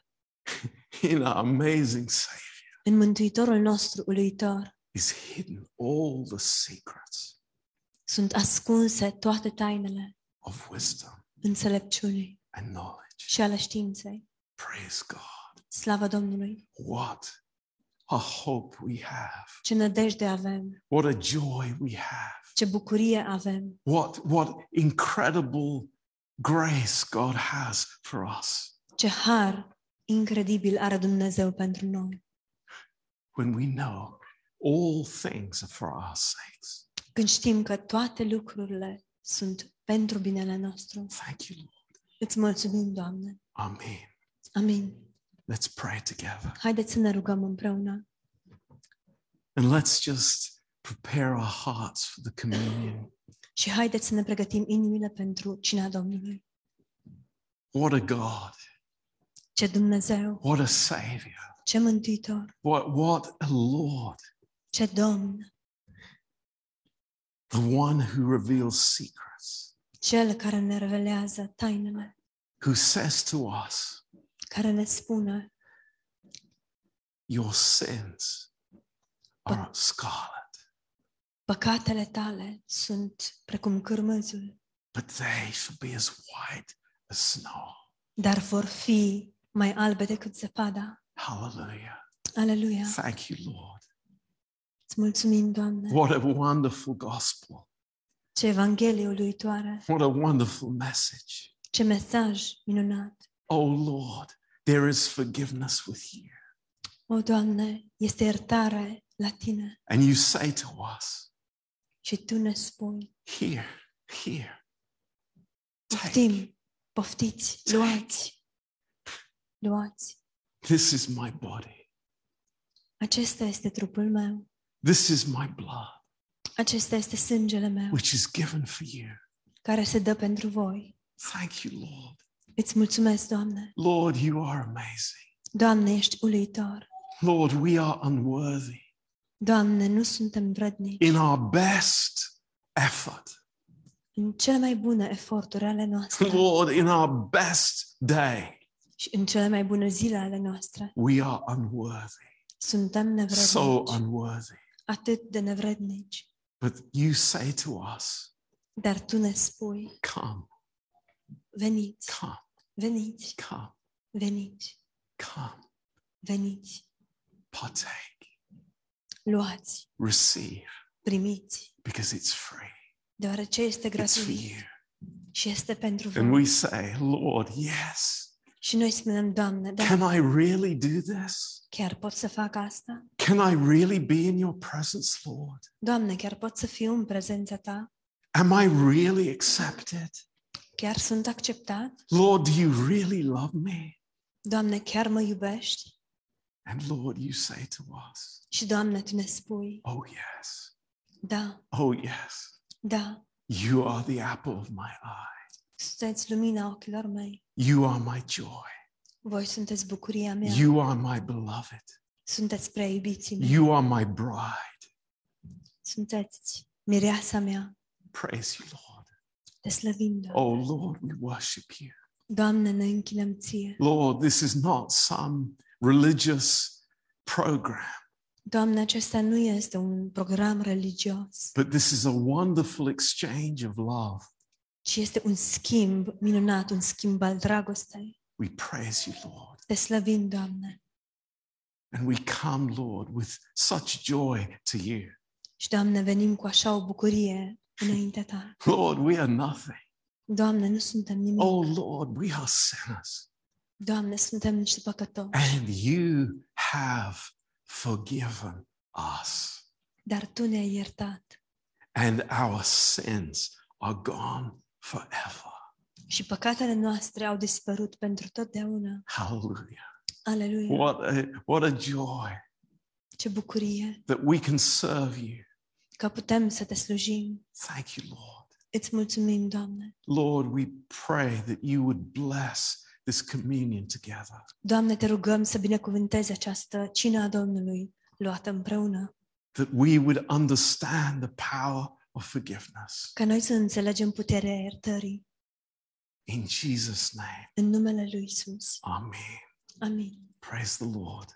Speaker 1: in our amazing Savior,
Speaker 2: în Mântuitorul nostru uluitor,
Speaker 1: is hidden all the secrets
Speaker 2: sunt ascunse toate tainele
Speaker 1: of wisdom
Speaker 2: înțelepciunii
Speaker 1: and knowledge.
Speaker 2: și ale științei.
Speaker 1: Praise God.
Speaker 2: Slava Domnului!
Speaker 1: What a hope we have.
Speaker 2: Ce nădejde avem!
Speaker 1: What a joy we have.
Speaker 2: Ce bucurie avem!
Speaker 1: What, what incredible grace God has for us
Speaker 2: Ce har incredibil are Dumnezeu pentru noi!
Speaker 1: when we know all things are for our sakes.
Speaker 2: Când știm că toate lucrurile sunt pentru binele nostru.
Speaker 1: Thank you, Lord.
Speaker 2: Îți mulțumim, Doamne!
Speaker 1: Amen.
Speaker 2: Amin!
Speaker 1: Let's pray together
Speaker 2: Haideți să ne rugăm împreună!
Speaker 1: and let's just prepare our hearts for the communion.
Speaker 2: Și haideți să ne pregătim inimile pentru cina Domnului.
Speaker 1: What a God.
Speaker 2: Ce Dumnezeu,
Speaker 1: What a Savior.
Speaker 2: ce Mântuitor,
Speaker 1: What, what a Lord.
Speaker 2: ce Domn,
Speaker 1: The one who reveals secrets,
Speaker 2: Cel care ne revelează tainele,
Speaker 1: who says to us,
Speaker 2: care ne spune,
Speaker 1: Your sins are scarlet,
Speaker 2: păcatele tale sunt precum cârmăzul,
Speaker 1: but they shall be as white as snow.
Speaker 2: dar vor fi mai albe decât zăpada.
Speaker 1: Hallelujah.
Speaker 2: Aleluia!
Speaker 1: Thank you, Lord.
Speaker 2: Îți mulțumim, Doamne!
Speaker 1: What a wonderful gospel.
Speaker 2: Ce Evanghelie uluitoare!
Speaker 1: What a wonderful message.
Speaker 2: Ce mesaj minunat!
Speaker 1: Oh Lord, there is forgiveness with you.
Speaker 2: O, Doamne, este iertare la Tine
Speaker 1: And you say to us,
Speaker 2: și Tu ne spui,
Speaker 1: here, here, take,
Speaker 2: poftim, poftiți, luați, luați.
Speaker 1: this is my body,
Speaker 2: Acesta este trupul meu,
Speaker 1: this is my blood,
Speaker 2: acesta este sângele meu,
Speaker 1: which is given for you.
Speaker 2: care se dă pentru voi.
Speaker 1: Thank you, Lord.
Speaker 2: Îți mulțumesc, Doamne.
Speaker 1: Lord, you are amazing.
Speaker 2: Doamne, ești uluitor.
Speaker 1: Lord, we are unworthy.
Speaker 2: Doamne, nu suntem vrednici.
Speaker 1: In our best effort,
Speaker 2: În cele mai bune eforturi ale noastre
Speaker 1: Lord, in our best day,
Speaker 2: și în cele mai bune zile ale noastre,
Speaker 1: we are unworthy,
Speaker 2: suntem nevrednici.
Speaker 1: so unworthy.
Speaker 2: Atât de nevrednici.
Speaker 1: But you say to us,
Speaker 2: Dar Tu ne spui,
Speaker 1: come,
Speaker 2: veniți,
Speaker 1: come,
Speaker 2: veniți,
Speaker 1: come,
Speaker 2: veniți,
Speaker 1: come.
Speaker 2: veniți,
Speaker 1: partake,
Speaker 2: luați,
Speaker 1: receive,
Speaker 2: primiți,
Speaker 1: because it's free.
Speaker 2: deoarece este
Speaker 1: It's for
Speaker 2: gratuit
Speaker 1: you.
Speaker 2: și este pentru
Speaker 1: And
Speaker 2: voi.
Speaker 1: we say, Lord, yes.
Speaker 2: Și noi spunem, Doamne, da,
Speaker 1: Can I really do this?
Speaker 2: Chiar pot să fac asta?
Speaker 1: Can I really be in your presence, Lord?
Speaker 2: Doamne, chiar pot să fiu în prezența Ta?
Speaker 1: Am I really accepted?
Speaker 2: Chiar sunt acceptat?
Speaker 1: Lord, do you really love me?
Speaker 2: Doamne, chiar mă iubești?
Speaker 1: And Lord, you say to us,
Speaker 2: Și, Doamne, Tu ne spui,
Speaker 1: Oh, yes.
Speaker 2: da,
Speaker 1: Oh, yes.
Speaker 2: da,
Speaker 1: You are the apple of my eye.
Speaker 2: sunteți lumina ochilor mei,
Speaker 1: You are my joy.
Speaker 2: voi sunteți bucuria mea,
Speaker 1: You are my beloved.
Speaker 2: sunteți prea iubiții mei,
Speaker 1: You are my bride.
Speaker 2: sunteți mireasa mea,
Speaker 1: Praise you, Lord.
Speaker 2: te slăvim, Doamne.
Speaker 1: Oh, Lord, we worship you.
Speaker 2: Doamne, ne închinăm Ție.
Speaker 1: Lord, this is not some religious program,
Speaker 2: Doamne, acesta nu este un program religios,
Speaker 1: but this is a wonderful exchange of love.
Speaker 2: ci este un schimb minunat, un schimb al dragostei.
Speaker 1: We praise you, Lord.
Speaker 2: Te slăvim, Doamne.
Speaker 1: And we come, Lord, with such joy to you.
Speaker 2: Și, Doamne, venim cu așa o bucurie înaintea Ta.
Speaker 1: Lord, we are nothing.
Speaker 2: Doamne, nu suntem nimic.
Speaker 1: Oh, Lord, we are sinners.
Speaker 2: Doamne, suntem niște păcătoși.
Speaker 1: And you have forgiven us.
Speaker 2: Dar Tu ne-ai iertat
Speaker 1: And our sins are gone forever.
Speaker 2: și păcatele noastre au dispărut pentru totdeauna.
Speaker 1: Hallelujah.
Speaker 2: Aleluia!
Speaker 1: What a, what a joy
Speaker 2: Ce bucurie
Speaker 1: that we can serve you.
Speaker 2: că putem să Te slujim.
Speaker 1: Thank you, Lord.
Speaker 2: Îți mulțumim, Doamne.
Speaker 1: Lord, we pray that you would bless this communion together.
Speaker 2: Doamne, Te rugăm să binecuvântezi această cină a Domnului luată împreună.
Speaker 1: that we would understand the power of forgiveness.
Speaker 2: ca noi să înțelegem puterea iertării
Speaker 1: In Jesus' name,
Speaker 2: în numele Lui Isus.
Speaker 1: Amen.
Speaker 2: Amin.
Speaker 1: Praise the Lord.